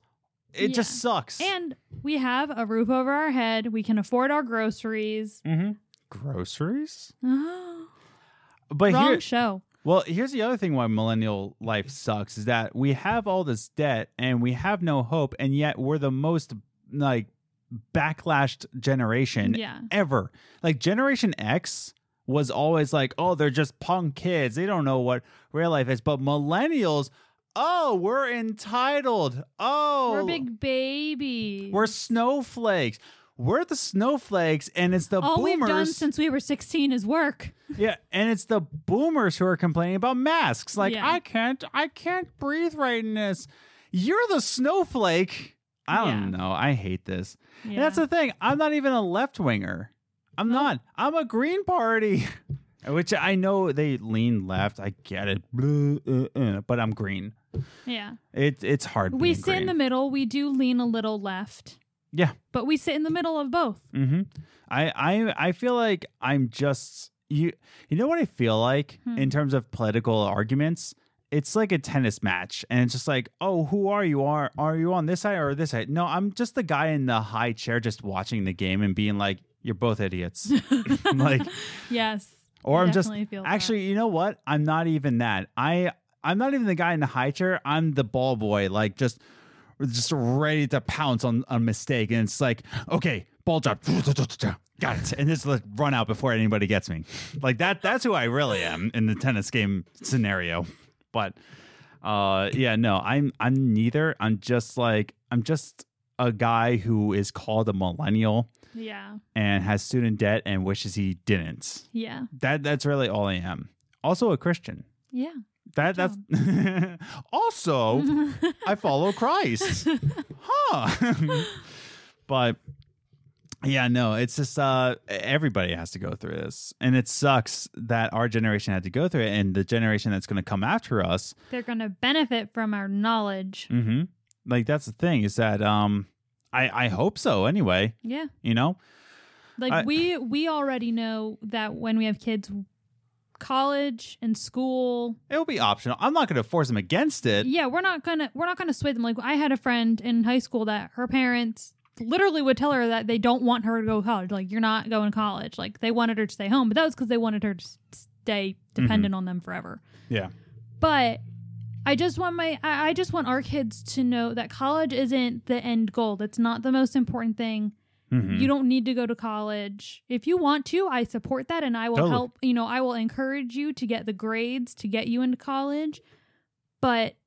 it Yeah. just sucks. And we have a roof over our head. We can afford our groceries. *gasps* hmm groceries. Wrong But here, show. Well, here's the other thing why millennial life sucks is that we have all this debt and we have no hope, and yet we're the most like backlashed generation Yeah. ever. Like Generation X was always like, oh, they're just punk kids. They don't know what real life is. But millennials, oh, we're entitled. Oh, We're big babies. We're snowflakes. We're the snowflakes, and it's the all boomers. we've done since we were 16 is work. Yeah, and it's the boomers who are complaining about masks. Like, Yeah. I can't, I can't breathe right in this. You're the snowflake. I don't know. I hate this. And that's Yeah. the thing. I'm not even a left winger. I'm not. I'm a Green Party, *laughs* which I know they lean left. I get it, Blah, uh, uh, but I'm green. yeah. It, it's hard. We being sit in the green. middle. We do lean a little left, yeah. but we sit in the middle of both. Mm-hmm. I, I I feel like I'm just you. You know what I feel like Hmm. in terms of political arguments. It's like a tennis match, and it's just like, oh, who are you? Are are you on this side or this side? No, I'm just the guy in the high chair, just watching the game and being like, you're both *laughs* idiots. *laughs* like, Yes. or I I'm just definitely feel that. actually, you know what? I'm not even that. I I'm not even the guy in the high chair. I'm the ball boy, like just just ready to pounce on a mistake. And it's like, okay, ball drop, *laughs* got it, and just like run out before anybody gets me. Like that. That's who I really am in the tennis game scenario. But uh, yeah, no, I'm I'm neither. I'm just like I'm just a guy who is called a millennial Yeah. and has student debt and wishes he didn't. Yeah. That that's really all I am. Also a Christian. Yeah. That that's Oh. *laughs* also *laughs* I follow Christ. Huh. *laughs* but yeah, no, it's just uh everybody has to go through this. And it sucks that our generation had to go through it and the generation that's gonna come after us. They're going to benefit from our knowledge. Mm-hmm. Like that's the thing, is that um I, I hope so anyway, Yeah. you know? Like I- we we already know that when we have kids college and school It will be optional. I'm not gonna force them against it. yeah we're not gonna we're not gonna sway them like i had a friend in high school that her parents literally would tell her that they don't want her to go to college like you're not going to college like they wanted her to stay home but that was because they wanted her to s- stay dependent on them forever Mm-hmm. Yeah. but I just want my I I just want our kids to know that college isn't the end goal. That's not the most important thing. Mhm. You don't need to go to college. If you want to, I support that and I will Totally. help, you know, I will encourage you to get the grades to get you into college. But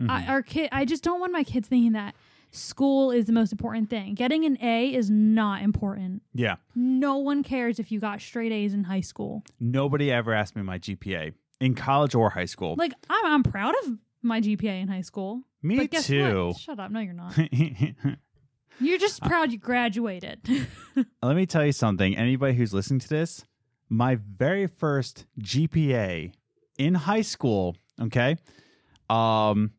Mhm. I, our kid I just don't want my kids thinking that school is the most important thing. Getting an A is not important. yeah. No one cares if you got straight A's in high school. Nobody ever asked me my GPA in college or high school. Like I'm I'm proud of my GPA in high school. me but guess too. *laughs* What? Shut up. No, you're not. You're just proud you graduated. *laughs* Let me tell you something. Anybody who's listening to this, my very first GPA in high school, okay? Um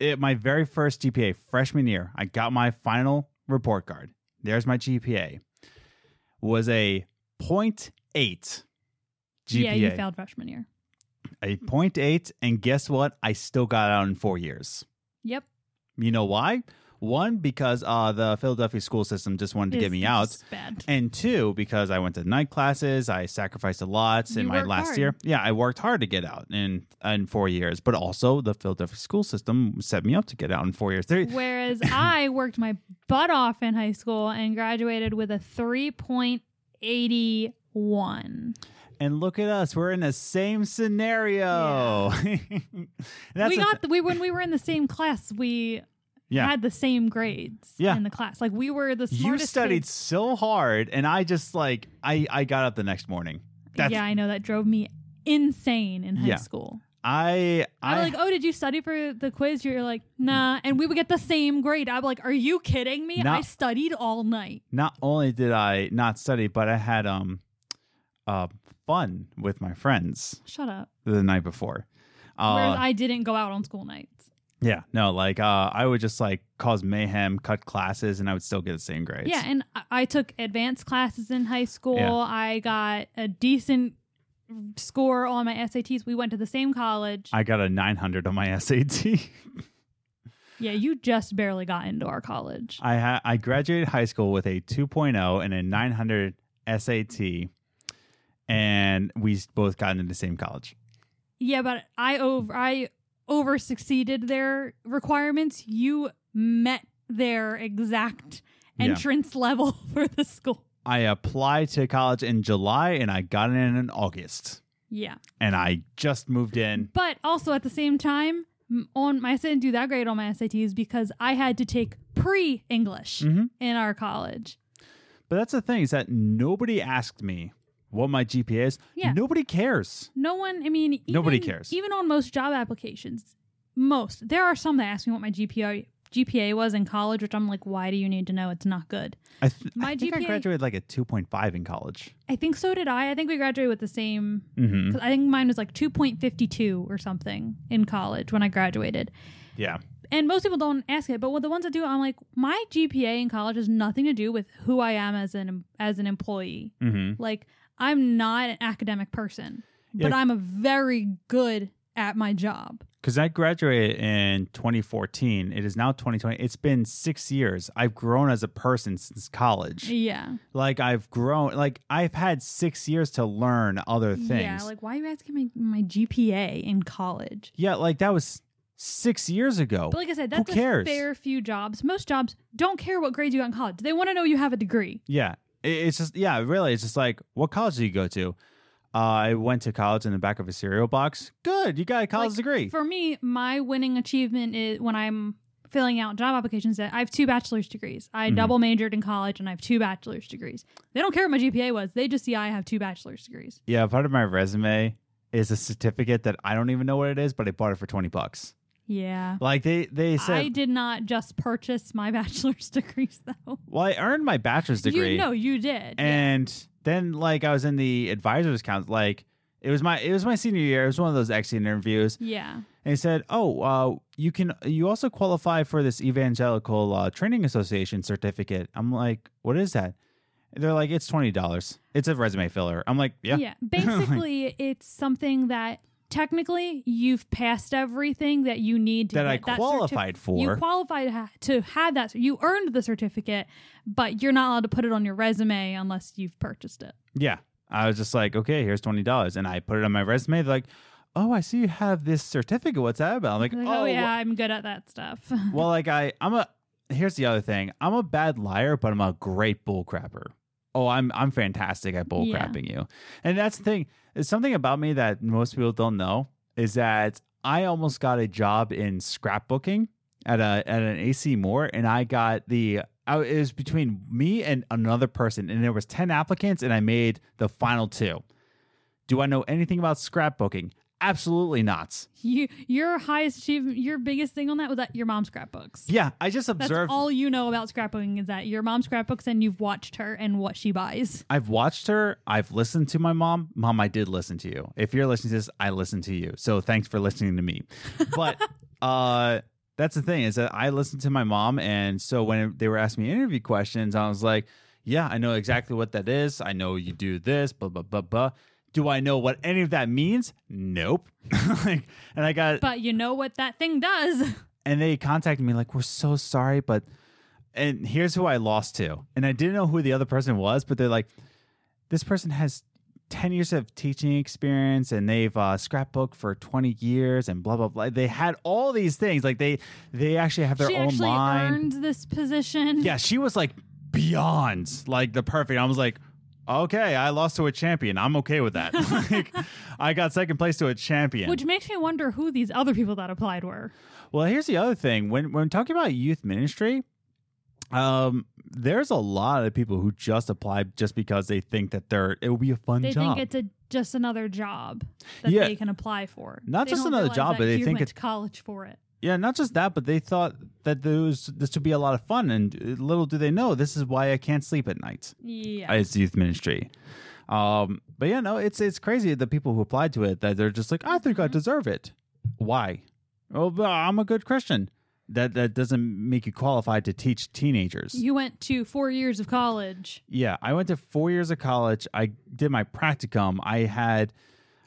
it, my very first GPA freshman year, I got my final report card. There's my GPA. Was a 0.8 GPA. Yeah, you failed freshman year. a 0.8 and guess what? I still got out in 4 years. Yep. You know why? One, because uh, the Philadelphia school system just wanted to It's- get me out. it's Bad. And two, because I went to night classes, I sacrificed a lot in You my worked last hard. year. Yeah, I worked hard to get out in in four years. But also, the Philadelphia school system set me up to get out in four years. Mm. There, *laughs* Whereas I worked my butt off in high school and graduated with a 3.81. and look at us, we're in the same scenario. *laughs* That's we the got the, we when we were in the same class, we Yeah. had the same grades Yeah. in the class. Like we were the th- you smartest. studied kids. so hard, and I just like I I got up the next morning. That's Yeah, I know that drove me insane in high Yeah. school. I I I was like, "Oh, did you study for the quiz?" You're like, "Nah," and we would get the same grade. I'm like, "Are you kidding me? No. I studied all night." not only did I not study, but I had um uh fun with my friends Shut up. the night before. Whereas Uh, I didn't go out on school nights. yeah, no, like uh, I would just like cause mayhem, cut classes, and I would still get the same grades. Yeah, and I- I took advanced classes in high school. Yeah. I got a decent score on my SATs. We went to the same college. I got a 900 on my *laughs* SAT. yeah, you just barely got into our college. I ha- I graduated high school with a 2.0 and a 900 SAT, and we both got into the same college. Yeah, but I over I over succeeded their requirements. You met their exact Yeah. entrance level *laughs* for the school. I applied to college in July, and I got in in August, Yeah. and I just moved in. But also at the same time, m- on my I didn't do that great on my SATs because I had to take pre English Mhm. in our college. But that's the thing is that nobody asked me what my GPA is. Yeah. Nobody cares. No one, I mean, even, Nobody cares. Even on most job applications, most there are some that ask me what my GPA GPA was in college, which I'm like, why do you need to know? It's not good. I, th- I My think I GPA graduated like a 2.5 in college. I think so did I. I think we graduated with the same. Mm-hmm. 'cause I think mine was like 2.52 or something in college when I graduated. Yeah. And most people don't ask it, but with the ones that do, I'm like, my GPA in college has nothing to do with who I am as an as an employee. Mm-hmm. Like, I'm not an academic person, but Yeah. I'm a very good at my job. Because I graduated in 2014. It is now 2020. It's been six years. I've grown as a person since college. Yeah. Like I've grown. Like I've had six years to learn other things. Yeah, like why are you asking my, my GPA in college? Yeah, like that was six years ago. But like I said, that's cares? a fair few jobs. Most jobs don't care what grades you got in college. They want to know you have a degree. Yeah. It- It's just, yeah, really. It's just like, what college did you go to? Uh, I went to college in the back of a cereal box. Good. You got a college Like, degree. For me, my winning achievement is when I'm filling out job applications that I have two bachelor's degrees. I Mhm. double majored in college and I have two bachelor's degrees. They don't care what my GPA was. They just see I have two bachelor's degrees. yeah. Part of my resume is a certificate that I don't even know what it is, but I bought it for 20 bucks. Yeah. Like they, they said, I did not just purchase my *laughs* bachelor's degrees though. well, I earned my bachelor's degree. You no, you did. and then like I was in the advisors council, like it was my, it was my senior year. It was one of those exit interviews. yeah. And he said, "Oh, uh, you can. You also qualify for this Evangelical uh, Training Association certificate." I'm like, "What is that?" And they're like, "It's twenty dollars. It's a resume filler." I'm *laughs* like, "Yeah, Basically, it's something that technically you've passed everything that you need to that get I certi- qualified You for." qualified ha- to have that. You earned the certificate, but you're not allowed to put it on your resume unless you've purchased it. yeah, I was just like, "Okay, here's twenty dollars," and I put it on my resume. They're like, "Oh, I see you have this certificate. What's that about?" I'm like, Like, oh, yeah, I'm good at that stuff. *laughs* Well, like I, I'm a. Here's the other thing. I'm a bad liar, but I'm a great bullcrapper. Oh, I'm I'm fantastic at bullcrapping you. And that's the thing. There's something about me that most people don't know is that I almost got a job in scrapbooking at a at an AC Moore, and I got the. I, it was between me and another person, and there was ten applicants, and I made the final two. Do I know anything about scrapbooking? Absolutely not. You your highest achievement, your biggest thing on that was that your mom's scrapbooks. Yeah, I just That's observed. all you know about scrapbooking is that your mom's scrapbooks and you've watched her and what she buys. I've watched her. I've listened to my mom. Mom, I did listen to you. If you're listening to this, I listened to you. So thanks for listening to me. But uh that's the thing is that I listened to my mom, and so when they were asking me interview questions, I was like, "Yeah, I know exactly what that is. I know you do this, blah blah blah blah." Do I know what any of that means? Nope. *laughs* like, and I got But you know what that thing does. and they contacted me like we're so sorry but and here's who i lost to and i didn't know who the other person was but they're like this person has 10 years of teaching experience and they've uh, scrapbooked for 20 years and blah blah blah they had all these things like they they actually have their she own actually line earned this position. yeah she was like beyond like the perfect i was like okay i lost to a champion i'm okay with that *laughs* like, i got second place to a champion Which makes me wonder who these other people that applied were. Well, here's the other thing. When when talking about youth ministry, um, there's a lot of people who just apply just because they think that they're it will be a fun They job. think it's a just another job that Yeah. they can apply for. Not They just don't another realize job, that but they you think went it's- to college for it. yeah, not just that, but they thought that those this would be a lot of fun, and little do they know this is why I can't sleep at night. Yeah. It's youth ministry. Um, but yeah, no, it's it's crazy the people who applied to it that they're just like, I Mm-hmm. think I deserve it. Why? Oh, but I'm a good Christian. That that doesn't make you qualified to teach teenagers. you went to four years of college. Yeah, I went to four years of college. I did my practicum. I had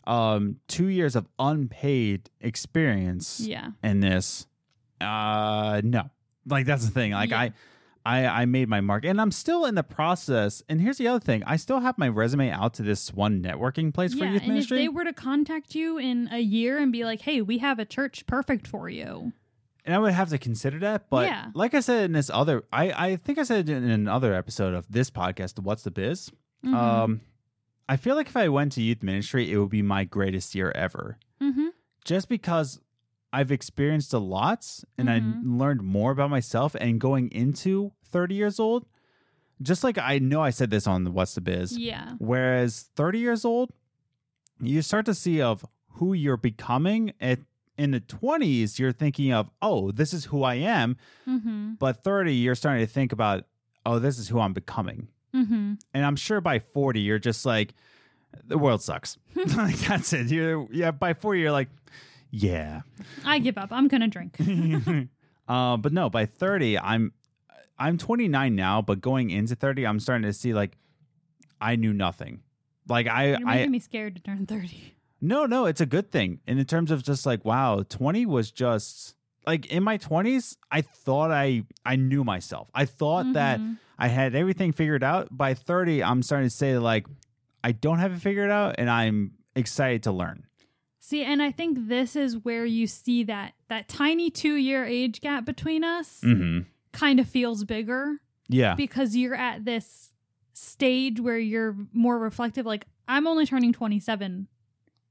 um, two years of unpaid experience Yeah. in this. Uh, no, like that's the thing. Like Yeah. I, I, I made my mark, and I'm still in the process. And here's the other thing: I still have my resume out to this one networking place for yeah, youth and ministry. if they were to contact you in a year and be like, "Hey, we have a church perfect for you," and I would have to consider that. But Yeah. like I said in this other, I I think I said in another episode of this podcast, "What's the Biz." Mhm. Um, I feel like if I went to youth ministry, it would be my greatest year ever, Mhm. just because I've experienced a lot and Mhm. I learned more about myself. And going into thirty years old, just like I know I said this on the What's the Biz, yeah, Whereas 30 years old, you start to see of who you're becoming. At in the 20s, you're thinking of, oh, this is who I am. mm-hmm. But 30, you're starting to think about, oh, this is who I'm becoming. Mm-hmm. And I'm sure by 40, you're just like, the world sucks. *laughs* like that's it. You're yeah, by 40, you're like, yeah. I give up. I'm *laughs* gonna drink. uh, but no, by 30, I'm I'm 29 now, but going into 30, I'm starting to see like I knew nothing. Like I You're I making me scared to turn thirty. No, no, it's a good thing. And in terms of just like, wow, 20 was just like in my 20s, I thought I I knew myself. I thought that Mhm. I had everything figured out. By 30, I'm starting to say like I don't have it figured out and I'm excited to learn. See, and I think this is where you see that that tiny two year age gap between us Mhm. kind of feels bigger Yeah. because you're at this stage where you're more reflective. Like I'm only turning twenty seven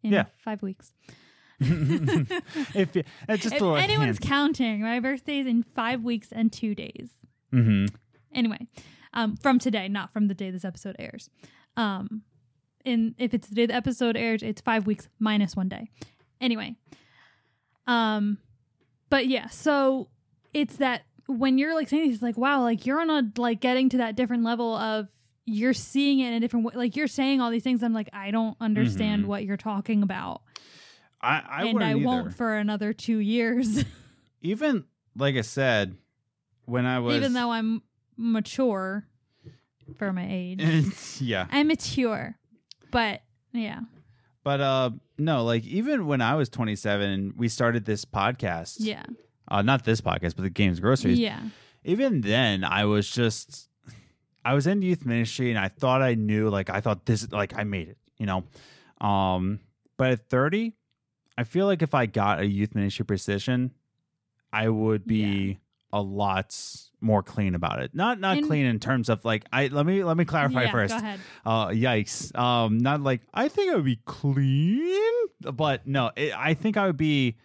in Yeah. five weeks. *laughs* if you- it's just if throw a anyone's hint. counting, my birthday's in five weeks and two days. Mhm. Anyway, um, from today, not from the day this episode airs. Um, in if it's the day the episode airs, it's five weeks minus one day. Anyway, um, but yeah, so it's that when you're like saying this, it's like wow, like you're on a like getting to that different level of you're seeing it in a different way. Like you're saying all these things, I'm like I don't understand Mhm. what you're talking about, I I and wouldn't I either. won't for another two years. *laughs* Even like I said when I was *laughs* even though I'm mature for my age. *laughs* yeah. I'm mature, but yeah, But uh no, like even when I was 27, we started this podcast. yeah, Uh not this podcast, but the games groceries. yeah. Even then, I was just I was in youth ministry and I thought I knew like I thought this like I made it, you know. Um but at 30, I feel like if I got a youth ministry position, I would be a lot more clean about it. Not not And- clean in terms of like I let me let me clarify yeah, first Go ahead. uh yikes um not like i think i would be clean but no it, i think i would be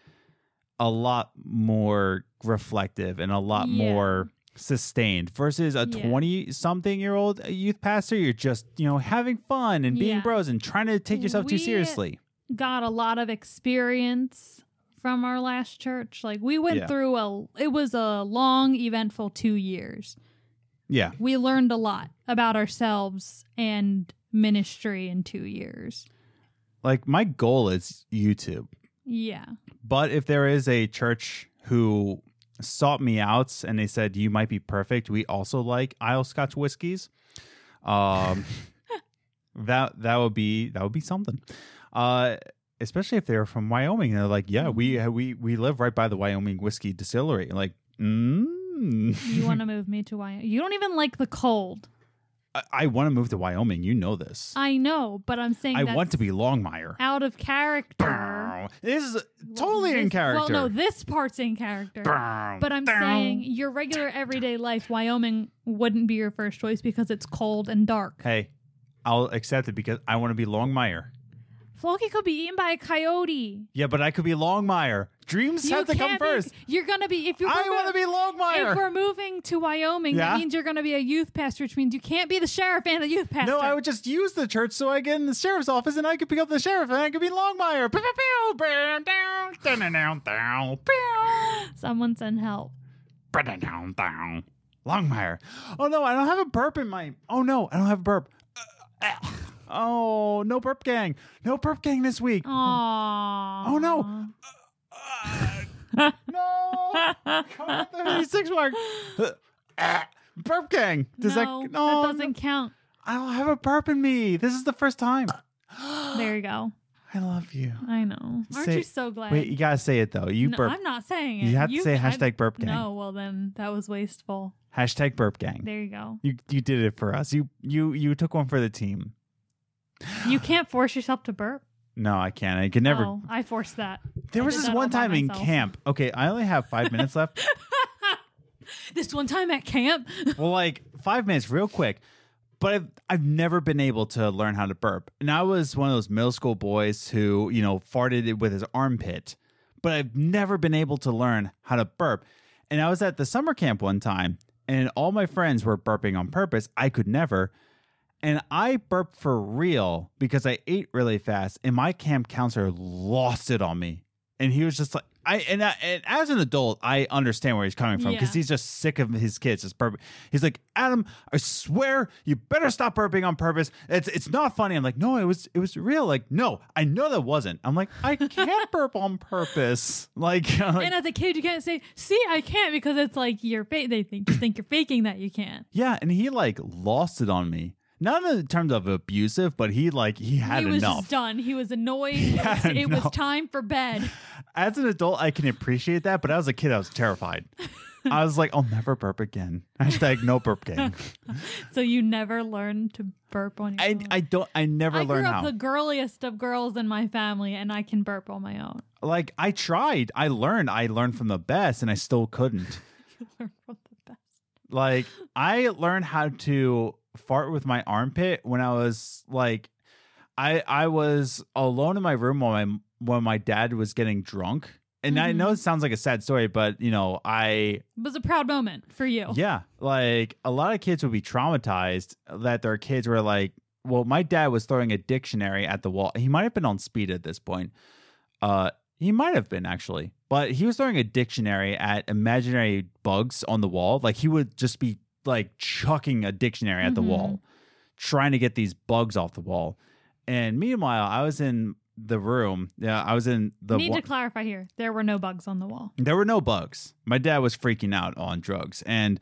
a lot more reflective and a lot Yeah. more sustained versus a Yeah. 20 something year old youth pastor you're just you know having fun and being Yeah. bros and trying to take yourself too We- seriously got a lot of experience from our last church. Like we went Yeah. through a it was a long eventful 2 years. Yeah. We learned a lot about ourselves and ministry in 2 years. Like my goal is YouTube. Yeah. But if there is a church who sought me out and they said you might be perfect, we also like Isle Scotch whiskies. *laughs* Um, that that would be that would be something. Uh, especially if they're from Wyoming, they're like, yeah, we Mm-hmm. we we live right by the Wyoming whiskey distillery. Like, *laughs* mm. *laughs* You want to move me to Wyoming? You don't even like the cold. I, I want to move to Wyoming. You know this. I know, but I'm saying I that's want to be Longmire. out of character. This is totally in This- character. Well, no, this part's in character. But I'm saying your regular everyday life, Wyoming wouldn't be your first choice because it's cold and dark. Hey, I'll accept it because I want to be Longmire. Floki could be eaten by a coyote. Yeah, but I could be Longmire. Dreams have to come can't be- first. You're gonna be if you're. I remo- want to be If Longmire. we're moving to Wyoming, Yeah? that means you're gonna be a youth pastor, which means you can't be the sheriff and the youth pastor. No, I would just use the church so I get in the sheriff's office and I could pick up the sheriff and I could be Longmire. Pew, pew, pew. Bam, down, dun, down, down, pew, Someone send help. dun, down, down. Longmire. Oh no, I don't have a burp in my. Oh no, I don't have a burp. Uh, Oh, no burp gang. No burp gang this week. Aww. Oh Hmm. no. Uh, no. Come at the *laughs* 36 *laughs* mark. Ah, burp gang. Does no, that oh, no, that doesn't count. I don't have a burp in me. This is the first time. There you go. I love you. I know. Aren't Say- you so glad? Wait, you gotta say it though. You no, burp. I'm not saying it. You have to say I- hashtag burp gang. No, well then that was wasteful. Hashtag burp gang. There you go. You you did it for us. You you you took one for the team. You can't force yourself to burp. No, I can't. I can never. Oh, I forced that. there I was did this that all one by time in myself. camp. Okay, I only have five minutes left. This one time at camp. *laughs* Well, like five minutes, real quick. But I've, I've never been able to learn how to burp. And I was one of those middle school boys who, you know, farted it with his armpit. But I've never been able to learn how to burp. And I was at the summer camp one time, and all my friends were burping on purpose. I could never. And I burped for real because I ate really fast, and my camp counselor lost it on me. And he was just like, I and, I, and as an adult, I understand where he's coming from because Yeah. he's just sick of his kids just burping. He's like, Adam, I swear you better stop burping on purpose. It's it's not funny. I'm like, no, it was it was real. Like, no, I know that wasn't. I'm like, I can't *laughs* burp on purpose. Like, *laughs* I'm like, and as a kid, you can't say, "See, I can't," because it's like you're fa- they think just think you're faking that you can't. Yeah, and he like lost it on me. Not in terms of abusive, but he like he had he was enough. just done. He *laughs* was annoyed. had it was enough. time for bed. As an adult, I can appreciate that, but as a kid, I was *laughs* terrified. I was like, I'll never burp again. Hashtag no burp gang. So you never learned to burp on your *laughs* I own. I don't I never I learned grew up how. the girliest of girls in my family, and I can burp on my own. *laughs* Like I tried. I learned. I learned from the best, and I still couldn't. Learn from the best. Like I learned how to fart with my armpit when I was like I I was alone in my room when my when my dad was getting drunk. And I Mhm. know it sounds like a sad story, but you know, I It was a proud moment for you. yeah, like a lot of kids would be traumatized that their kids were like, well, my dad was throwing a dictionary at the wall. He might have been on speed at this point. Uh he might have been actually. But he was throwing a dictionary at imaginary bugs on the wall. Like he would just be like chucking a dictionary at the Mhm. wall, trying to get these bugs off the wall. And meanwhile, I was in the room. Yeah, I was in the Need wa- to clarify here. There were no bugs on the wall. there were no bugs. My dad was freaking out on drugs, and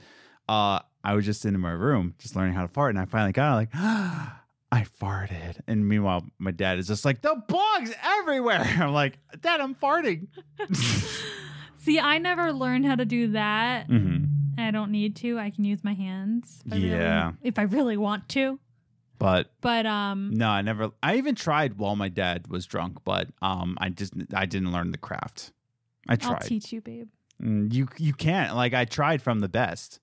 uh, I was just in my room, just learning how to fart. And I finally got it, like, *gasps* I farted. And meanwhile, my dad is just like, the bugs everywhere. *laughs* I'm like, Dad, I'm farting. See, I never learned how to do that. mm-hmm. I don't need to. I can use my hands. if I really- Yeah. if I really want to. But But um, no, I never. I even tried while my dad was drunk, but um, I just I didn't learn the craft. I I'll tried. teach you, babe. Mm, you you can't like I tried from the best.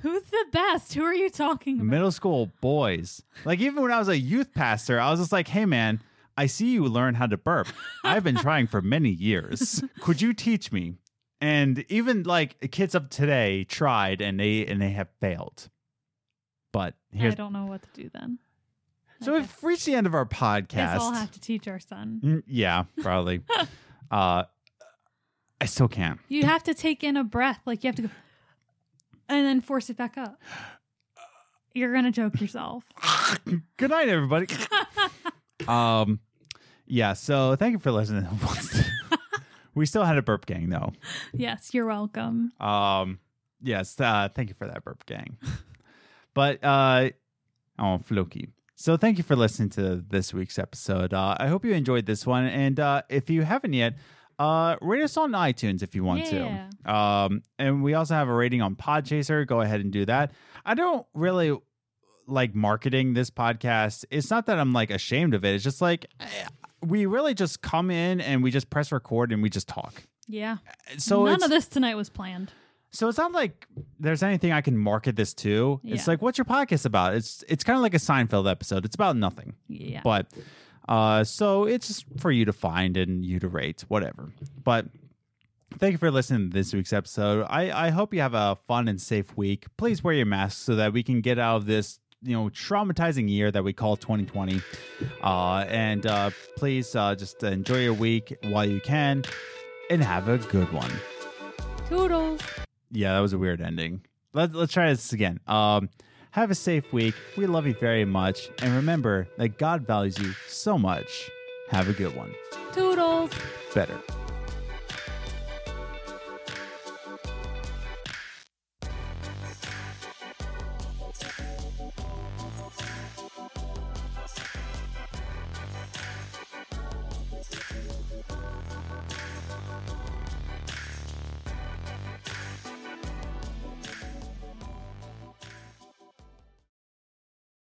Who's the best? Who are you talking about? middle school boys. Like even when I was a youth pastor, I was just like, "Hey man, I see you learn how to burp. I've *laughs* been trying for many years. Could you teach me?" And even like kids up today tried and they and they have failed. But I here's don't know what to do then. So Okay. we've reached the end of our podcast. Guess I'll have to teach our son. Mm, yeah, *laughs* probably. uh, I still can't. You have to take in a breath. Like you have to go and then force it back up. You're going to choke yourself. Good night, *laughs* everybody. um, yeah. So thank you for listening. *laughs* we still had a burp gang though. Yes, you're welcome. Um, yes, uh, thank you for that burp, gang. *laughs* but uh, oh, fluky. So thank you for listening to this week's episode. Uh, I hope you enjoyed this one, and uh, if you haven't yet. Uh, rate us on iTunes if you want Yeah. to. Um, and we also have a rating on Podchaser. Go ahead and do that. I don't really like marketing this podcast. It's not that I'm like ashamed of it. It's just like eh, we really just come in and we just press record and we just talk. Yeah. So None it's, of this tonight was planned. so it's not like there's anything I can market this to. It's Yeah. like, what's your podcast about? It's it's kind of like a Seinfeld episode. It's about nothing, Yeah. but uh, so it's just for you to find and you to rate, whatever. But thank you for listening to this week's episode. I I hope you have a fun and safe week. Please wear your mask so that we can get out of this you know traumatizing year that we call 2020. Uh, and uh, please uh, just enjoy your week while you can, and have a good one. Toodles. Yeah, that was a weird ending. Let, let's try this again. Um, have a safe week. We love you very much. And remember that God values you so much. Have a good one. Toodles. Better.